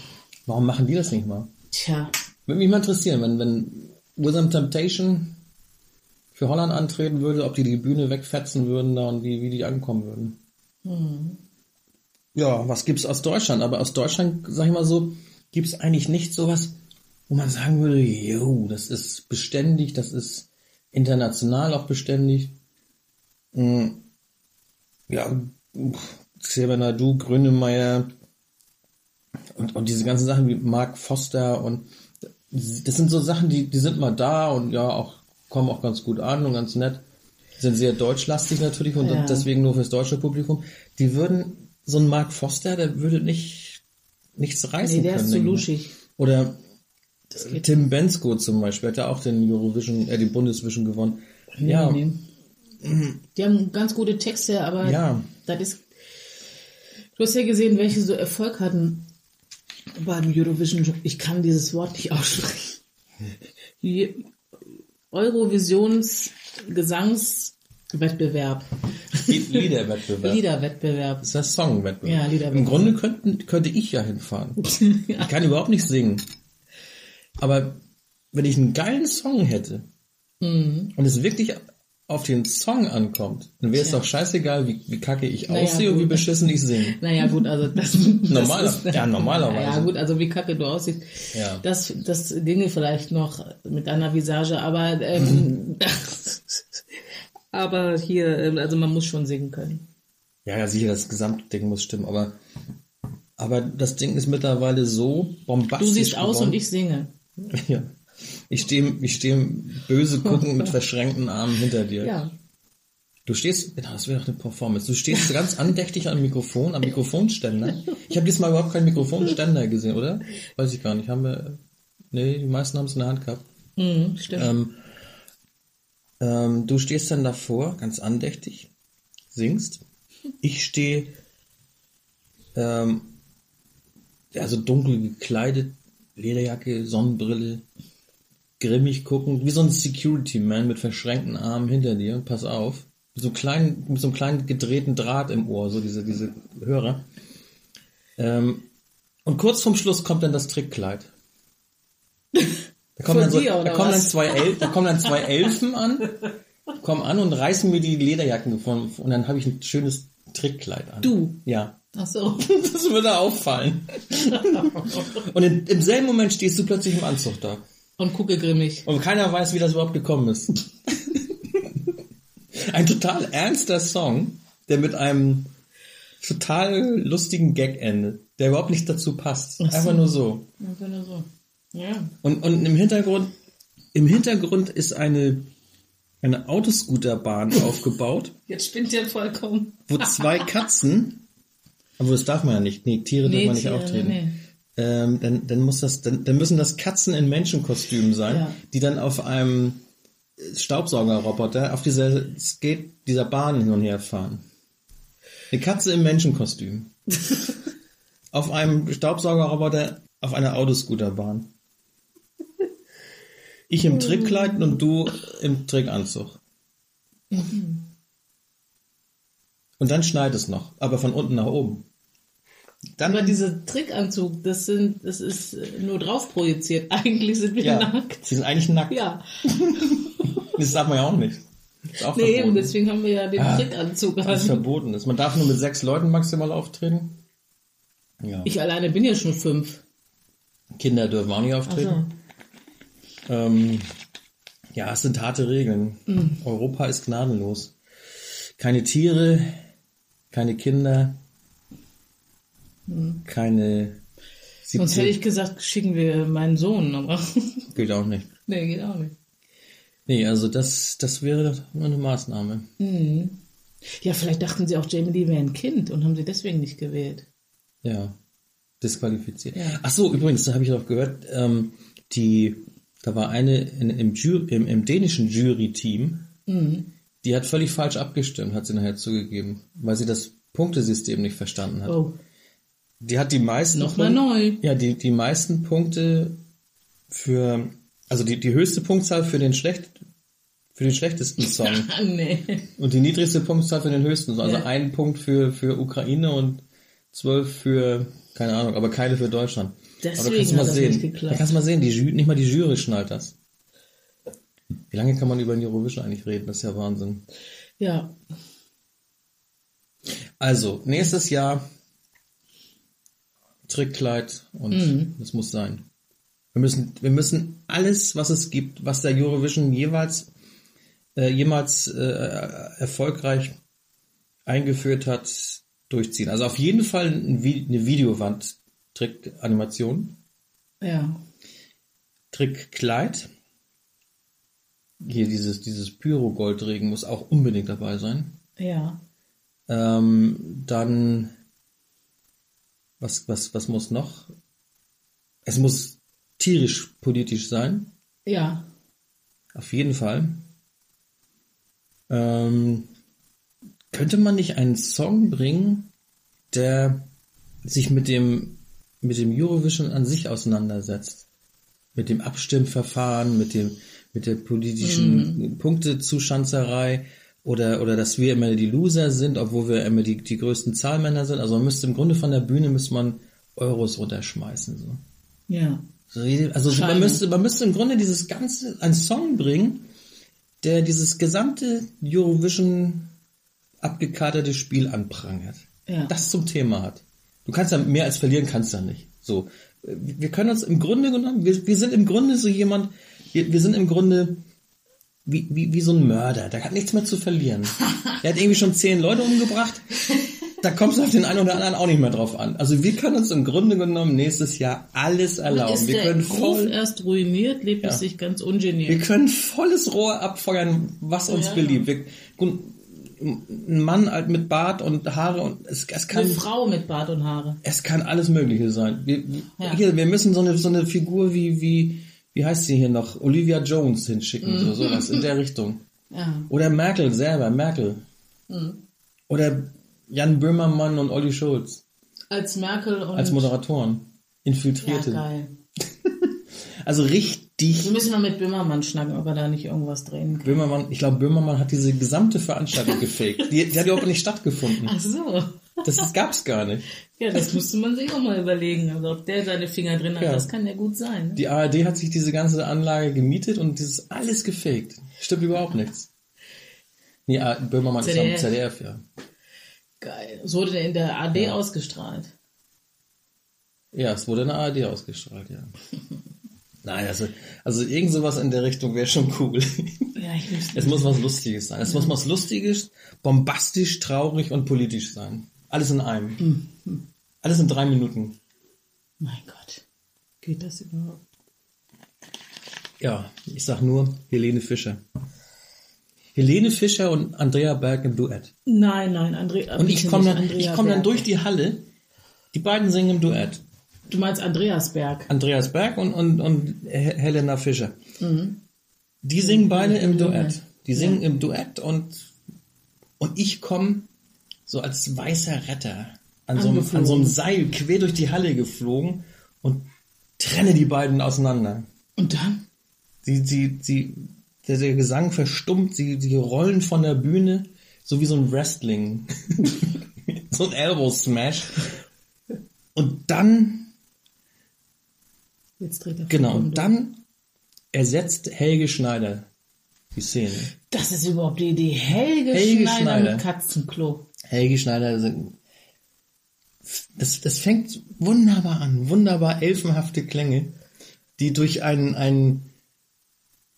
warum machen die das nicht mal?
Tja,
Würde mich mal interessieren, wenn, wenn Wisdom Temptation für Holland antreten würde, ob die die Bühne wegfetzen würden da und wie, wie die ankommen würden. Ja, was gibt's aus Deutschland? Aber aus Deutschland, sag ich mal so, gibt's eigentlich nicht sowas, wo man sagen würde, jo, das ist beständig, das ist international auch beständig. Hm, Ja, uff, Xavier Nadu, Grönemeyer und, und diese ganzen Sachen wie Mark Foster und das sind so Sachen, die, die sind mal da und ja, auch kommen auch ganz gut an und ganz nett. Sind sehr deutschlastig natürlich und
Ja.
deswegen nur fürs deutsche Publikum. Die würden, so ein Mark Foster, der würde nicht nichts reißen
nee, der
können.
ist zu
denke ich mal.
luschig.
Oder
Das
äh,
geht
Tim Bensko zum Beispiel, hat ja auch den Eurovision, äh, die Bundesvision gewonnen. Ja,
Nee. Die haben ganz gute Texte, aber
Ja.
das ist. Du hast ja gesehen, welche so Erfolg hatten beim Eurovision. Ich kann dieses Wort nicht aussprechen. Je- Eurovisions Gesangswettbewerb.
Liederwettbewerb.
Liederwettbewerb.
Das ist der Songwettbewerb.
Ja, Liederwettbewerb.
Im Grunde könnten, könnte ich ja hinfahren. Ich kann überhaupt nicht singen. Aber wenn ich einen geilen Song hätte
Mhm.
und es wirklich auf den Song ankommt, dann wäre es
Tja.
doch scheißegal, wie, wie kacke ich
Naja,
aussehe und wie
gut.
beschissen ich singe.
Naja, gut, also das, das
Normaler-
ist,
ja, normalerweise.
Ja, gut, also wie kacke du aussiehst.
Ja.
Das, das ginge vielleicht noch mit einer Visage, aber, ähm, aber hier, ähm, also man muss schon singen können.
Ja, ja, sicher, das Gesamtding muss stimmen, aber, aber das Ding ist mittlerweile so bombastisch.
Du siehst aus
geworden.
und ich singe.
Ja. Ich stehe ich steh böse gucken mit verschränkten Armen hinter dir.
Ja.
Du stehst, genau, das wäre doch eine Performance. Du stehst ganz andächtig am Mikrofon, am Mikrofonständer. Ich habe diesmal überhaupt keinen Mikrofonständer gesehen, oder? Weiß ich gar nicht. Haben wir, nee, die meisten haben es in der Hand gehabt.
Mhm, stimmt.
Ähm, ähm, du stehst dann davor, ganz andächtig, singst. Ich stehe, ähm, ja, so dunkel gekleidet, Lederjacke, Sonnenbrille, grimmig guckend, wie so ein Security-Man mit verschränkten Armen hinter dir, pass auf. Mit so, einem kleinen, mit so einem kleinen gedrehten Draht im Ohr, so diese, diese Hörer. Ähm, Und kurz vorm Schluss kommt dann das Trickkleid. Da kommen,
Von
dann, so,
dir, oder
da kommen dann
was?
zwei Elfen, da kommen dann zwei Elfen an, kommen an und reißen mir die Lederjacken von und dann habe ich ein schönes Trickkleid an.
Du?
Ja.
Ach so.
Das würde auffallen. Und in, im selben Moment stehst du plötzlich im Anzug da.
Und gucke grimmig.
Und keiner weiß, wie das überhaupt gekommen ist. Ein total ernster Song, der mit einem total lustigen Gag endet, der überhaupt nicht dazu passt.
Ach so.
Einfach nur so.
Dann kann er genau so. Ja.
Und, und im Hintergrund, im Hintergrund ist eine, eine Autoscooterbahn aufgebaut,
Jetzt spinnt ihr vollkommen.
wo zwei Katzen, aber das darf man ja nicht, nee, Tiere darf man nicht
Tiere,
auftreten.
nee, nee.
Ähm, dann, dann, muss das, dann, dann müssen das Katzen in Menschenkostümen sein,
Ja.
die dann auf einem Staubsaugerroboter auf dieser Skate, dieser Bahn hin und her fahren. Eine Katze im Menschenkostüm. auf einem Staubsaugerroboter auf einer Autoscooterbahn. Ich im Trickkleid und du im Trickanzug. Und dann schneit es noch, aber von unten nach oben. Dann
Aber dieser Trickanzug, das sind, das ist äh, nur drauf projiziert. Eigentlich sind wir
Ja,
nackt.
sie sind eigentlich nackt.
Ja.
Das darf man ja auch nicht. Das ist auch
Nee, eben,
verboten.
deswegen haben wir ja den
Ah.
Trickanzug
das ist
an.
verboten. Ist. Man darf nur mit sechs Leuten maximal auftreten. Ja.
Ich alleine bin ja schon fünf.
Kinder dürfen auch nicht auftreten. Ähm, ja, es sind harte Regeln.
Mhm.
Europa ist gnadenlos. Keine Tiere, keine Kinder, keine.
Mhm. Sonst hätte ich gesagt, schicken wir meinen Sohn, aber
Geht auch nicht.
nee, geht auch nicht.
Nee, also das, das wäre eine Maßnahme.
Ja, vielleicht dachten sie auch, Jamie Lee wäre ein Kind und haben sie deswegen nicht gewählt.
Ja, disqualifiziert.
Ja.
Ach so, übrigens, da habe ich auch gehört, ähm, die, da war eine in, im, Ju- im, im dänischen Jury-Team,
Mhm.
die hat völlig falsch abgestimmt, hat sie nachher zugegeben, weil sie das Punktesystem nicht verstanden hat.
Oh,
Die hat die meisten
nochmal neu.
ja, die, die meisten Punkte für, also die, die höchste Punktzahl für den schlecht, für den schlechtesten Song
Ah, nee.
und die niedrigste Punktzahl für den höchsten. Song. Also
Ja.
ein Punkt für, für Ukraine und zwölf für, keine Ahnung, aber keine für Deutschland. aber
Deswegen hat das nicht
sehen.
geklappt.
Da kannst du mal sehen, die Ju nicht mal die Jury schnallt das. Wie lange kann man über den Eurovision eigentlich reden? Das ist ja Wahnsinn.
Ja,
Also, nächstes Jahr Trickkleid und das muss sein. Wir müssen, wir müssen alles, was es gibt, was der Eurovision jeweils, äh, jemals äh, erfolgreich eingeführt hat, durchziehen. Also auf jeden Fall ein, Vi- eine Videowand Trickanimation,
ja.
Trickkleid. Hier dieses, dieses Pyro-Goldregen muss auch unbedingt dabei sein.
Ja.
Ähm, dann, was, was, was muss noch? Es muss tierisch politisch sein,
Ja.
auf jeden Fall. Ähm, könnte man nicht einen Song bringen, der sich mit dem, mit dem Eurovision an sich auseinandersetzt? Mit dem Abstimmverfahren, mit dem, mit der politischen Punktezuschanzerei oder, oder dass wir immer die Loser sind, obwohl wir immer die, die größten Zahlmänner sind. Also man müsste im Grunde von der Bühne müsste man Euros runterschmeißen, so.
Ja.
So wie- Also man
Scheine.
müsste, man müsste im Grunde dieses ganze, einen Song bringen, der dieses gesamte Eurovision abgekaderte Spiel anprangert.
Ja.
Das zum Thema hat. Du kannst ja mehr als verlieren, kannst ja nicht. So. äh, Wir können uns im Grunde genommen, wir, wir sind im Grunde so jemand, wir, wir sind im Grunde wie, wie, wie so ein Mörder. Der hat nichts mehr zu verlieren. Der hat irgendwie schon zehn Leute umgebracht. Da kommst du auf den einen oder anderen auch nicht mehr drauf an. Also wir können uns im Grunde genommen nächstes Jahr alles
Dann
erlauben.
ist
Wir
der
können,
Ruf
voll,
erst ruiniert, lebt es sich ganz
wir
ungeniert.
können volles Rohr abfeuern, was uns
Ja.
beliebt. Wir, gut, ein Mann halt mit Bart und Haare und es, es kann
Eine Frau mit Bart und Haare.
es kann alles Mögliche sein. Wir, wir-
Ja.
hier, wir müssen so eine, so eine Figur wie, wie, wie heißt sie hier noch? Olivia Jones hinschicken,
Mhm.
so sowas in der Richtung.
Ja.
Oder Merkel selber, Merkel.
Mhm.
Oder Jan Böhmermann und Olli Schulz
Als Merkel und...
als Moderatoren.
ja,
Infiltrierte.
geil.
also richtig
Wir müssen mal mit Böhmermann schnacken, ob er da nicht irgendwas drehen kann.
Böhmermann, ich glaube, Böhmermann hat diese gesamte Veranstaltung gefaked. Die, die hat überhaupt nicht stattgefunden.
Ach so.
Das, das gab's gar nicht.
Ja, das müsste man sich auch mal überlegen. Also ob der seine Finger drin hat,
Ja.
das kann ja gut sein. Ne?
Die ARD hat sich diese ganze Anlage gemietet und das ist alles gefaked. Stimmt überhaupt nichts. Nee, ah, Böhmermann
ZDF.
ist am ZDF, ja.
Geil. Es wurde in der AD ausgestrahlt.
Ja, es wurde in der ARD ausgestrahlt, ja. Nein, also, also irgend sowas in der Richtung wäre schon cool.
Ja, ich wüsste
Es muss was Lustiges sein. Es muss was Lustiges, bombastisch, traurig und politisch sein. Alles in einem. Alles in drei Minuten.
Mein Gott. Geht das überhaupt?
Ja, ich sag nur Helene Fischer. Helene Fischer und Andrea Berg im Duett.
Nein, nein, äh, Andrea.
Und ich komme dann, ich komm dann durch die Halle. Die beiden singen im Duett.
Du meinst Andreasberg.
Andreas Berg und, und, und He- Helena Fischer. Die singen beide im Duett. Die singen im Duett und, und ich komme so als weißer Retter an so, einem, an so einem Seil quer durch die Halle geflogen und trenne die beiden auseinander.
Und dann?
Sie, sie, sie, der, der Gesang verstummt, sie, sie rollen von der Bühne, so wie so ein Wrestling. so ein Elbow Smash. Und dann
Jetzt dreht er um.
Genau,
vollkommen
und dann ersetzt Helge Schneider die Szene.
durch. Das ist überhaupt die Idee. Helge,
Helge
Schneider,
Schneider.
mit Katzenklo.
Helge Schneider, singt- das, das fängt wunderbar an, wunderbar elfenhafte Klänge, die durch einen, einen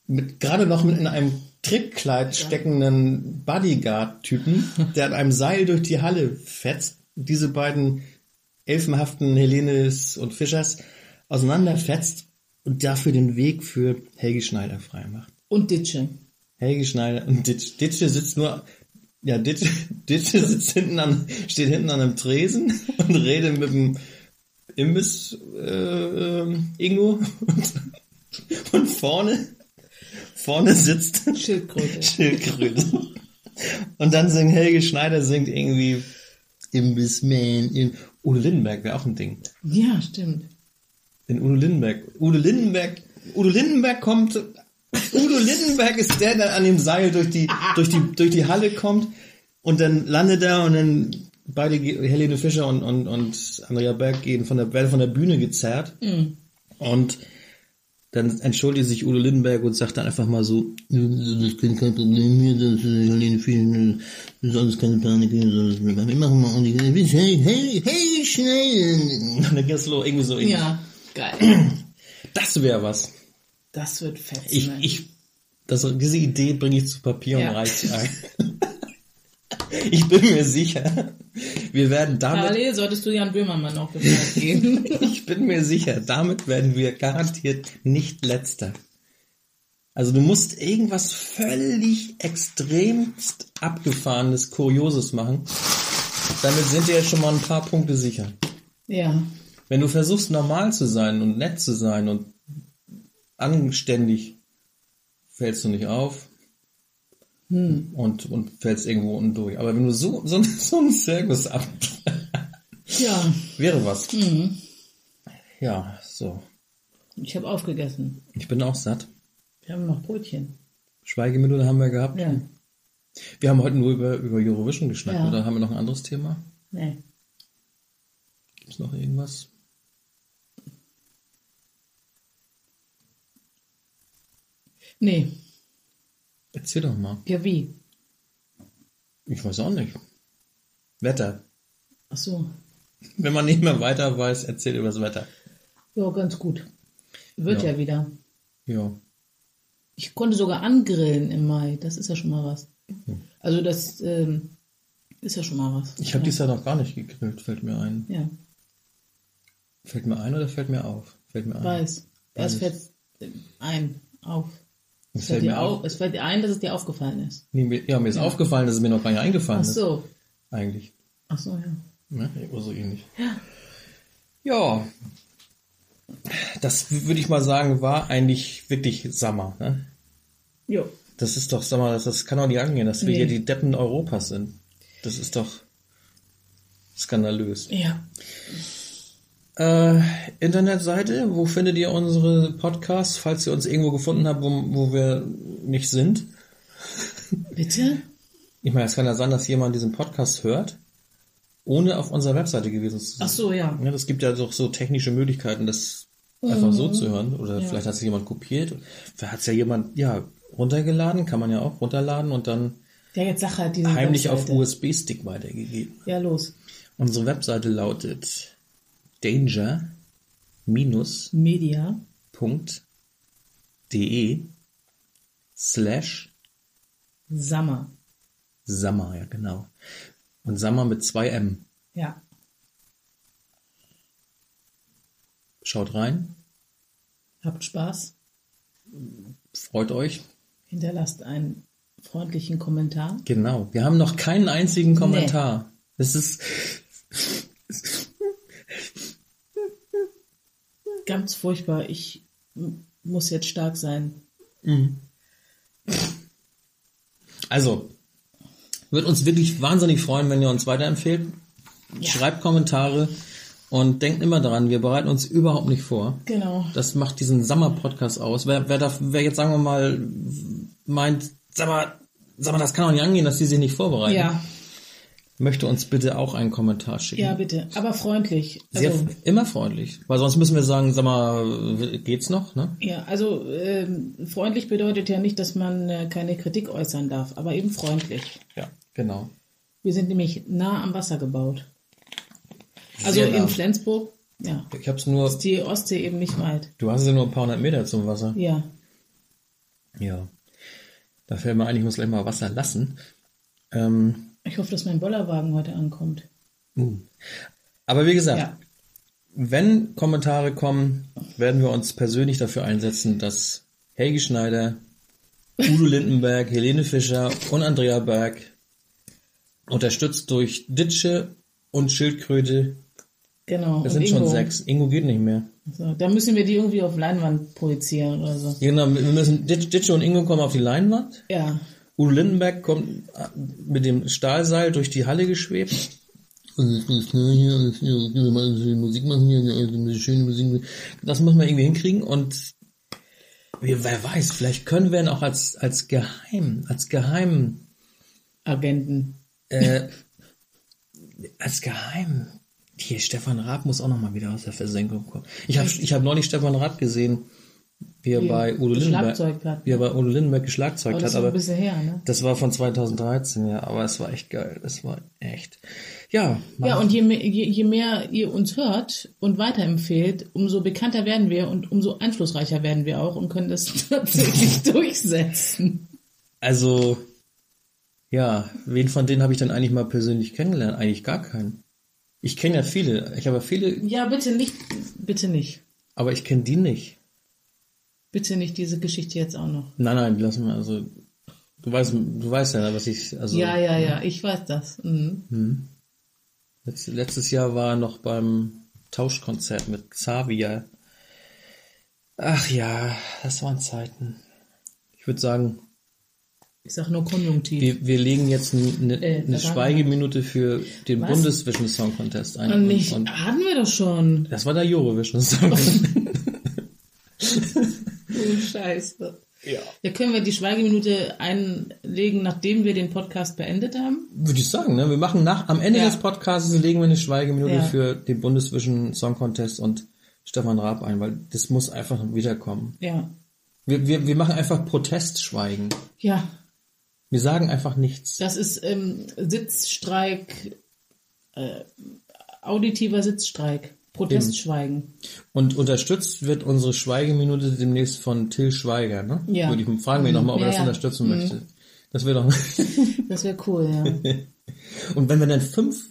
mit, gerade noch mit in einem Trickkleid steckenden Bodyguard-Typen, der an einem Seil durch die Halle fetzt, diese beiden elfenhaften Helenes und Fischers auseinanderfetzt und dafür den Weg für Helge Schneider freimacht.
Und Ditsche.
Helge Schneider und Ditch. Ditsche sitzt nur, ja, Ditch, Ditsche sitzt hinten an, steht hinten an einem Tresen und redet mit dem Imbiss, äh, ähm, Ingo. Und, und vorne, vorne sitzt
Schildkröte.
Schildkröte. Und dann singt Helge Schneider singt irgendwie Imbissman. Im, Udo Lindenberg wäre auch ein Ding.
ja, stimmt.
Den Udo Lindenberg. Udo Lindenberg. Udo Lindenberg kommt. Udo Lindenberg ist der, der an dem Seil durch die, durch die, durch die Halle kommt und dann landet er und dann beide, ge- Helene Fischer und, und, und Andrea Berg gehen von der, werden von der Bühne gezerrt und dann entschuldigt sich Udo Lindenberg und sagt dann einfach mal so,
Das Kind kein Problem hier, das ist Helene Fischer, das ist alles keine Panik, das ist alles Wir machen mal ordentlich. Hey, hey, hey, schnell!
und dann geht's los, irgendwie so. irgendwie.
Ja, geil.
Das wäre was.
Das wird fett.
Ich,
ne?
ich, das, diese Idee bringe ich zu Papier
Ja.
und reiche sie ein. Ich bin mir sicher, wir werden damit
Parallel solltest du Jan Böhmermann auch Bescheid geben.
Ich bin mir sicher, damit werden wir garantiert nicht letzter. Also du musst irgendwas völlig extremst abgefahrenes, kurioses machen. Damit sind dir jetzt schon mal ein paar Punkte sicher.
ja.
Wenn du versuchst normal zu sein und nett zu sein und anständig, fällst du nicht auf.
Hm.
Und, und fällst irgendwo unten durch. Aber wenn du so, so, so einen Zirkus ab,
Ja,
wäre was.
Hm.
Ja, so.
ich habe aufgegessen.
Ich bin auch satt.
Wir haben noch Brötchen.
Schweigeminute haben wir gehabt.
Ja.
Wir haben heute nur über, über Eurovision geschnackt,
Ja.
oder haben wir noch ein anderes Thema?
Nee.
Gibt es noch irgendwas?
Nee.
Erzähl doch mal.
Ja, wie?
Ich weiß auch nicht. Wetter.
Ach so.
Wenn man nicht mehr weiter weiß, erzähl über das Wetter.
Ja, ganz gut. Wird
Ja.
ja wieder.
Ja.
Ich konnte sogar angrillen im Mai. Das ist ja schon mal was. Also das ähm, ist ja schon mal was.
Ich habe dieses Jahr noch gar nicht gegrillt, fällt mir ein.
Ja,
Fällt mir ein oder fällt mir auf? Fällt mir ein.
weiß. Es
Weiß.
fällt ein, auf.
Es
Es fällt, dir auf. es fällt dir ein, dass es dir aufgefallen ist.
Nee, mir, ja, mir ist aufgefallen, dass es mir noch gar nicht eingefallen
Ach so.
ist. Eigentlich.
Ach so, ja.
Ne? Oder so ähnlich. Ja. Das würde ich mal sagen, war eigentlich wirklich Sommer. Ne?
Jo.
Das ist doch, sag mal, das, das kann doch nicht angehen, dass wir
Nee.
hier die Deppen Europas sind. Das ist doch skandalös.
Ja.
Äh, Internetseite, wo findet ihr unsere Podcasts, falls ihr uns irgendwo gefunden habt, wo, wo wir nicht sind?
Bitte?
Ich meine, es kann ja sein, dass jemand diesen Podcast hört ohne auf unserer Webseite gewesen zu sein.
Ach so, ja.
Ja, das gibt ja doch so technische Möglichkeiten, das einfach
Mhm.
so zu hören. Oder vielleicht hat es jemand kopiert. Vielleicht hat es ja jemand, ja, runtergeladen, kann man ja auch runterladen und dann
Ja, jetzt sag halt diese
heimlich auf
Webseite.
USB-Stick weitergegeben.
Ja, los.
Unsere Webseite lautet danger-minus
Media.
www.sammeln.de slash
Sammer.
Sammer, ja genau. Und Sammer mit zwei M.
Ja.
Schaut rein,
Habt Spaß.
freut euch.
Hinterlasst einen freundlichen Kommentar.
Genau, wir haben noch keinen einzigen Kommentar. Es ist,
Ganz furchtbar. Ich m- muss jetzt stark sein.
also, wird uns wirklich wahnsinnig freuen, wenn ihr uns weiterempfehlt. Schreibt Kommentare und denkt immer daran, wir bereiten uns überhaupt nicht vor.
Genau.
Das macht diesen Sommer-Podcast aus. Wer, wer, da, wer jetzt, sagen wir mal, meint, sag mal, sag mal, das kann doch nicht angehen, dass die sich nicht vorbereiten,
Ja,
möchte uns bitte auch einen Kommentar schicken.
ja, bitte. Aber freundlich.
Sehr,
Also,
immer freundlich, weil sonst müssen wir sagen, sag mal, geht's noch? Ne?
ja, also ähm, freundlich bedeutet ja nicht, dass man äh, keine Kritik äußern darf, aber eben freundlich.
Ja, genau.
Wir sind nämlich nah am Wasser gebaut. Also
Sehr nah.
in Flensburg, ja,
Ich hab's nur,
ist die Ostsee eben nicht weit.
du hast ja nur ein paar hundert Meter zum Wasser.
Ja,
Ja. Da fällt mir ein, ich muss gleich mal Wasser lassen. Ähm,
ich hoffe, dass mein Bollerwagen heute ankommt.
aber wie gesagt,
Ja,
Wenn Kommentare kommen, werden wir uns persönlich dafür einsetzen, dass Helge Schneider, Udo Lindenberg, Helene Fischer und Andrea Berg unterstützt durch Ditsche und Schildkröte,
genau.
das
Und
sind schon
Ingo.
sechs. Ingo geht nicht mehr.
So, da müssen wir die irgendwie auf Leinwand projizieren oder so.
Genau, wir müssen Ditch- Ditsche und Ingo kommen auf die Leinwand.
Ja,
Udo Lindenberg kommt äh, mit dem Stahlseil durch die Halle geschwebt. Also
Und das ist ganz klar hier, alles hier, das ist mal alles hier Musik machen hier, also ein bisschen schöne Musik. machen.
Das muss man irgendwie hinkriegen und wir- wer weiß, vielleicht können wir ihn auch als, als geheim, als geheimen
Agenten.
Äh, als geheim. Hier, Stefan Raab muss auch nochmal wieder aus der Versenkung kommen. Ich habe ich hab neulich Stefan Raab gesehen, wie er
Wie er
bei Udo Lindenberg,
geschlagzeugt hat.
wie er bei Udo Lindenberg
Aber
geschlagzeugt
das
hat,
ist ein
aber
bisschen her, ne?
das war von 2013, ja, aber es war echt geil. Es war echt. Ja, man-
Ja, und je mehr, je, je mehr ihr uns hört und weiterempfehlt, umso bekannter werden wir und umso einflussreicher werden wir auch und können das tatsächlich durchsetzen.
also, ja, wen von denen habe ich dann eigentlich mal persönlich kennengelernt? Eigentlich gar keinen. Ich kenne ja viele, ich habe ja viele,
Ja, bitte nicht, bitte nicht.
aber ich kenne die nicht.
Bitte nicht diese Geschichte jetzt auch noch.
Nein, nein, lass mal, also, du weißt, du weißt ja, was ich, also.
ja, ja, ja, ich weiß das. Mhm.
Letz, letztes Jahr war er noch beim Tauschkonzert mit Xavier. Ach ja, das waren Zeiten. Ich würde sagen,
Ich sag nur Konjunktiv.
wir, wir legen jetzt eine,
Äh,
eine
da waren-
Schweigeminute für den
Was?
Bundesvision Song Contest ein.
Ah, nicht,
Und, und
hatten wir doch schon.
das war der Eurovision Song Contest.
Du Scheiße.
ja.
Ja, können wir die Schweigeminute einlegen, nachdem wir den Podcast beendet haben?
Würde ich sagen, ne? Wir machen nach, am Ende
Ja.
des Podcasts legen wir eine Schweigeminute
Ja.
für den Bundesvision Song Contest und Stefan Raab ein, weil das muss einfach wiederkommen.
Ja.
Wir, wir, wir machen einfach Protestschweigen.
Ja,
Wir sagen einfach nichts.
Das ist ähm, Sitzstreik, äh, auditiver Sitzstreik, Protestschweigen.
Und unterstützt wird unsere Schweigeminute demnächst von Till Schweiger, ne?
Ja. Mhm.
Würde ich fragen wir ihn nochmal, ob er
Ja,
das
ja.
unterstützen möchte. Das wäre doch.
Das wäre cool, ja.
Und wenn wir dann fünf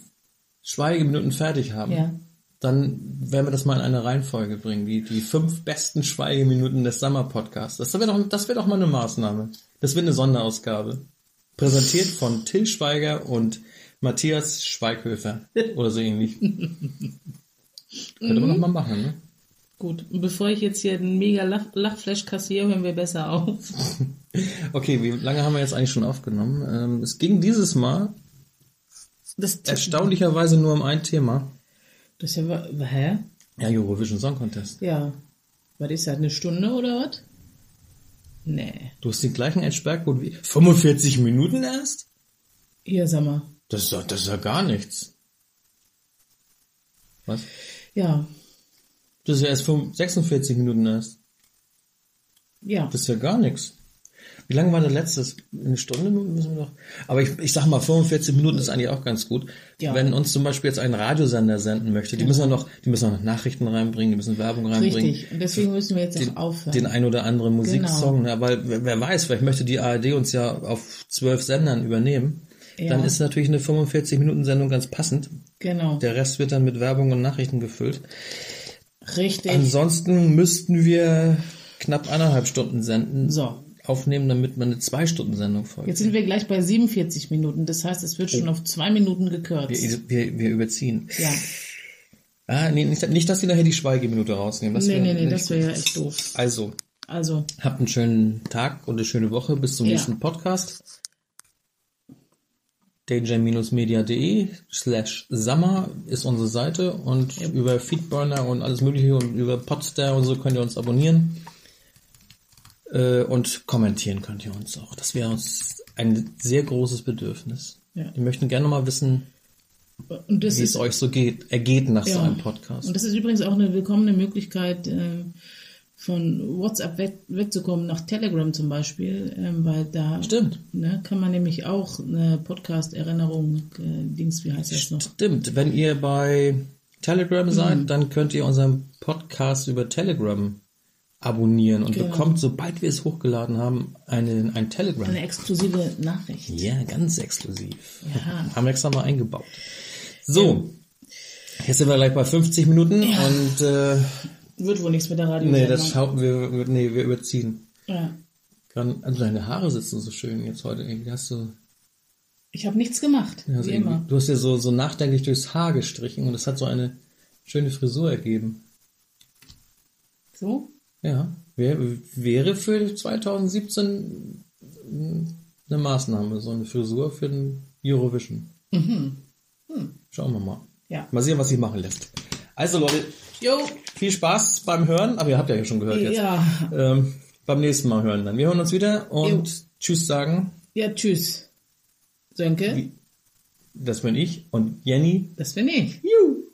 Schweigeminuten fertig haben,
Ja.
dann werden wir das mal in eine Reihenfolge bringen. Die, die fünf besten Schweigeminuten des Sommerpodcasts. Das wäre doch, das wäre doch mal eine Maßnahme. Das wird eine Sonderausgabe. Präsentiert von Till Schweiger und Matthias Schweighöfer. Oder so ähnlich. Könnte man nochmal machen, ne?
Gut, und bevor ich jetzt hier einen mega Lach Lachflash kassiere, hören wir besser auf.
Okay, wie lange haben wir jetzt eigentlich schon aufgenommen? Ähm, es ging dieses Mal
Das, das
erstaunlicherweise nur um ein Thema.
ist ja, wa- hä?
Ja, Eurovision Song Contest.
Ja. Was ist das, eine Stunde oder was? Nee.
Du hast den gleichen Edgebergcode wie 45 Minuten erst?
Hier, sag mal.
Das ist, doch- das ist ja gar nichts. Was?
Ja,
Das ist ja erst 45 46 Minuten erst.
ja.
Das ist ja gar nichts. Wie lange war der letztes? Eine Stunde müssen wir noch. Aber ich, ich sag mal, 45 Minuten ist eigentlich auch ganz gut.
Ja. Genau.
Wenn uns zum Beispiel jetzt ein Radiosender senden möchte, die müssen ja noch, die müssen auch noch Nachrichten reinbringen, die müssen Werbung reinbringen.
Richtig. Und deswegen müssen wir jetzt auch aufhören.
Den
Genau.
ein oder anderen Musiksong, ne? weil wer, wer weiß, vielleicht möchte die ARD uns ja auf zwölf Sendern übernehmen.
Ja.
Dann ist natürlich eine 45-Minuten-Sendung ganz passend.
genau.
Der Rest wird dann mit Werbung und Nachrichten gefüllt.
Richtig.
Also, Ansonsten müssten wir knapp eineinhalb Stunden senden,
So.
aufnehmen, damit man eine Zwei-Stunden-Sendung folgt.
Jetzt sind wir gleich bei 47 Minuten. Das heißt, es wird
Oh.
schon auf zwei Minuten gekürzt.
wir, wir, wir überziehen.
Ja.
Ah, nee, nicht, nicht, dass sie nachher die Schweigeminute rausnehmen. Das
Nee,
wär
nee, nee,
nicht
das
gut.
wäre ja echt doof.
Also,
Also,
habt einen schönen Tag und eine schöne Woche. Bis zum
Ja.
nächsten Podcast. danger-media.de slash summer ist unsere Seite und über Feedburner und alles mögliche und über Podstar und so könnt ihr uns abonnieren äh, und kommentieren könnt ihr uns auch. Das wäre uns ein sehr großes Bedürfnis.
Ja.
Wir möchten gerne mal wissen,
und das
wie es
ist
euch so geht, ergeht nach so
Ja.
einem Podcast.
Und das ist übrigens auch eine willkommene Möglichkeit, äh, von WhatsApp weg, wegzukommen nach Telegram zum Beispiel, ähm, weil da
Stimmt.
Ne, kann man nämlich auch eine Podcast-Erinnerung, äh, Dings, wie heißt das noch?
Stimmt, wenn ihr bei Telegram seid,
Mhm.
dann könnt ihr unseren Podcast über Telegram abonnieren und
Genau.
bekommt, sobald wir es hochgeladen haben, einen, ein Telegram.
Eine exklusive Nachricht.
Ja, ganz exklusiv.
Ja.
Haben wir extra mal eingebaut. So, jetzt sind wir gleich bei 50 Minuten und äh,
Wird wohl nichts mit der Radio.
nee, das schauen wir, nee, wir überziehen.
ja.
Kann, also deine Haare sitzen so schön jetzt heute. Irgendwie hast du,
Ich habe nichts gemacht,
also
wie
irgendwie,
immer.
du hast ja so, so nachdenklich durchs Haar gestrichen und das hat so eine schöne Frisur ergeben.
So?
Ja, wär, wäre für 2017 eine Maßnahme, so eine Frisur für den Eurovision. Schauen wir mal.
Mhm. Hm. Ja.
Mal sehen, was sich machen lässt. Also Leute,
Jo,
viel Spaß beim Hören, aber ihr habt ja schon gehört jetzt.
Ja.
Ähm, beim nächsten Mal hören dann. Wir hören uns wieder und tschüss sagen.
ja, tschüss. Sönke,
Das bin ich und Jenny.
das bin ich.
Juhu.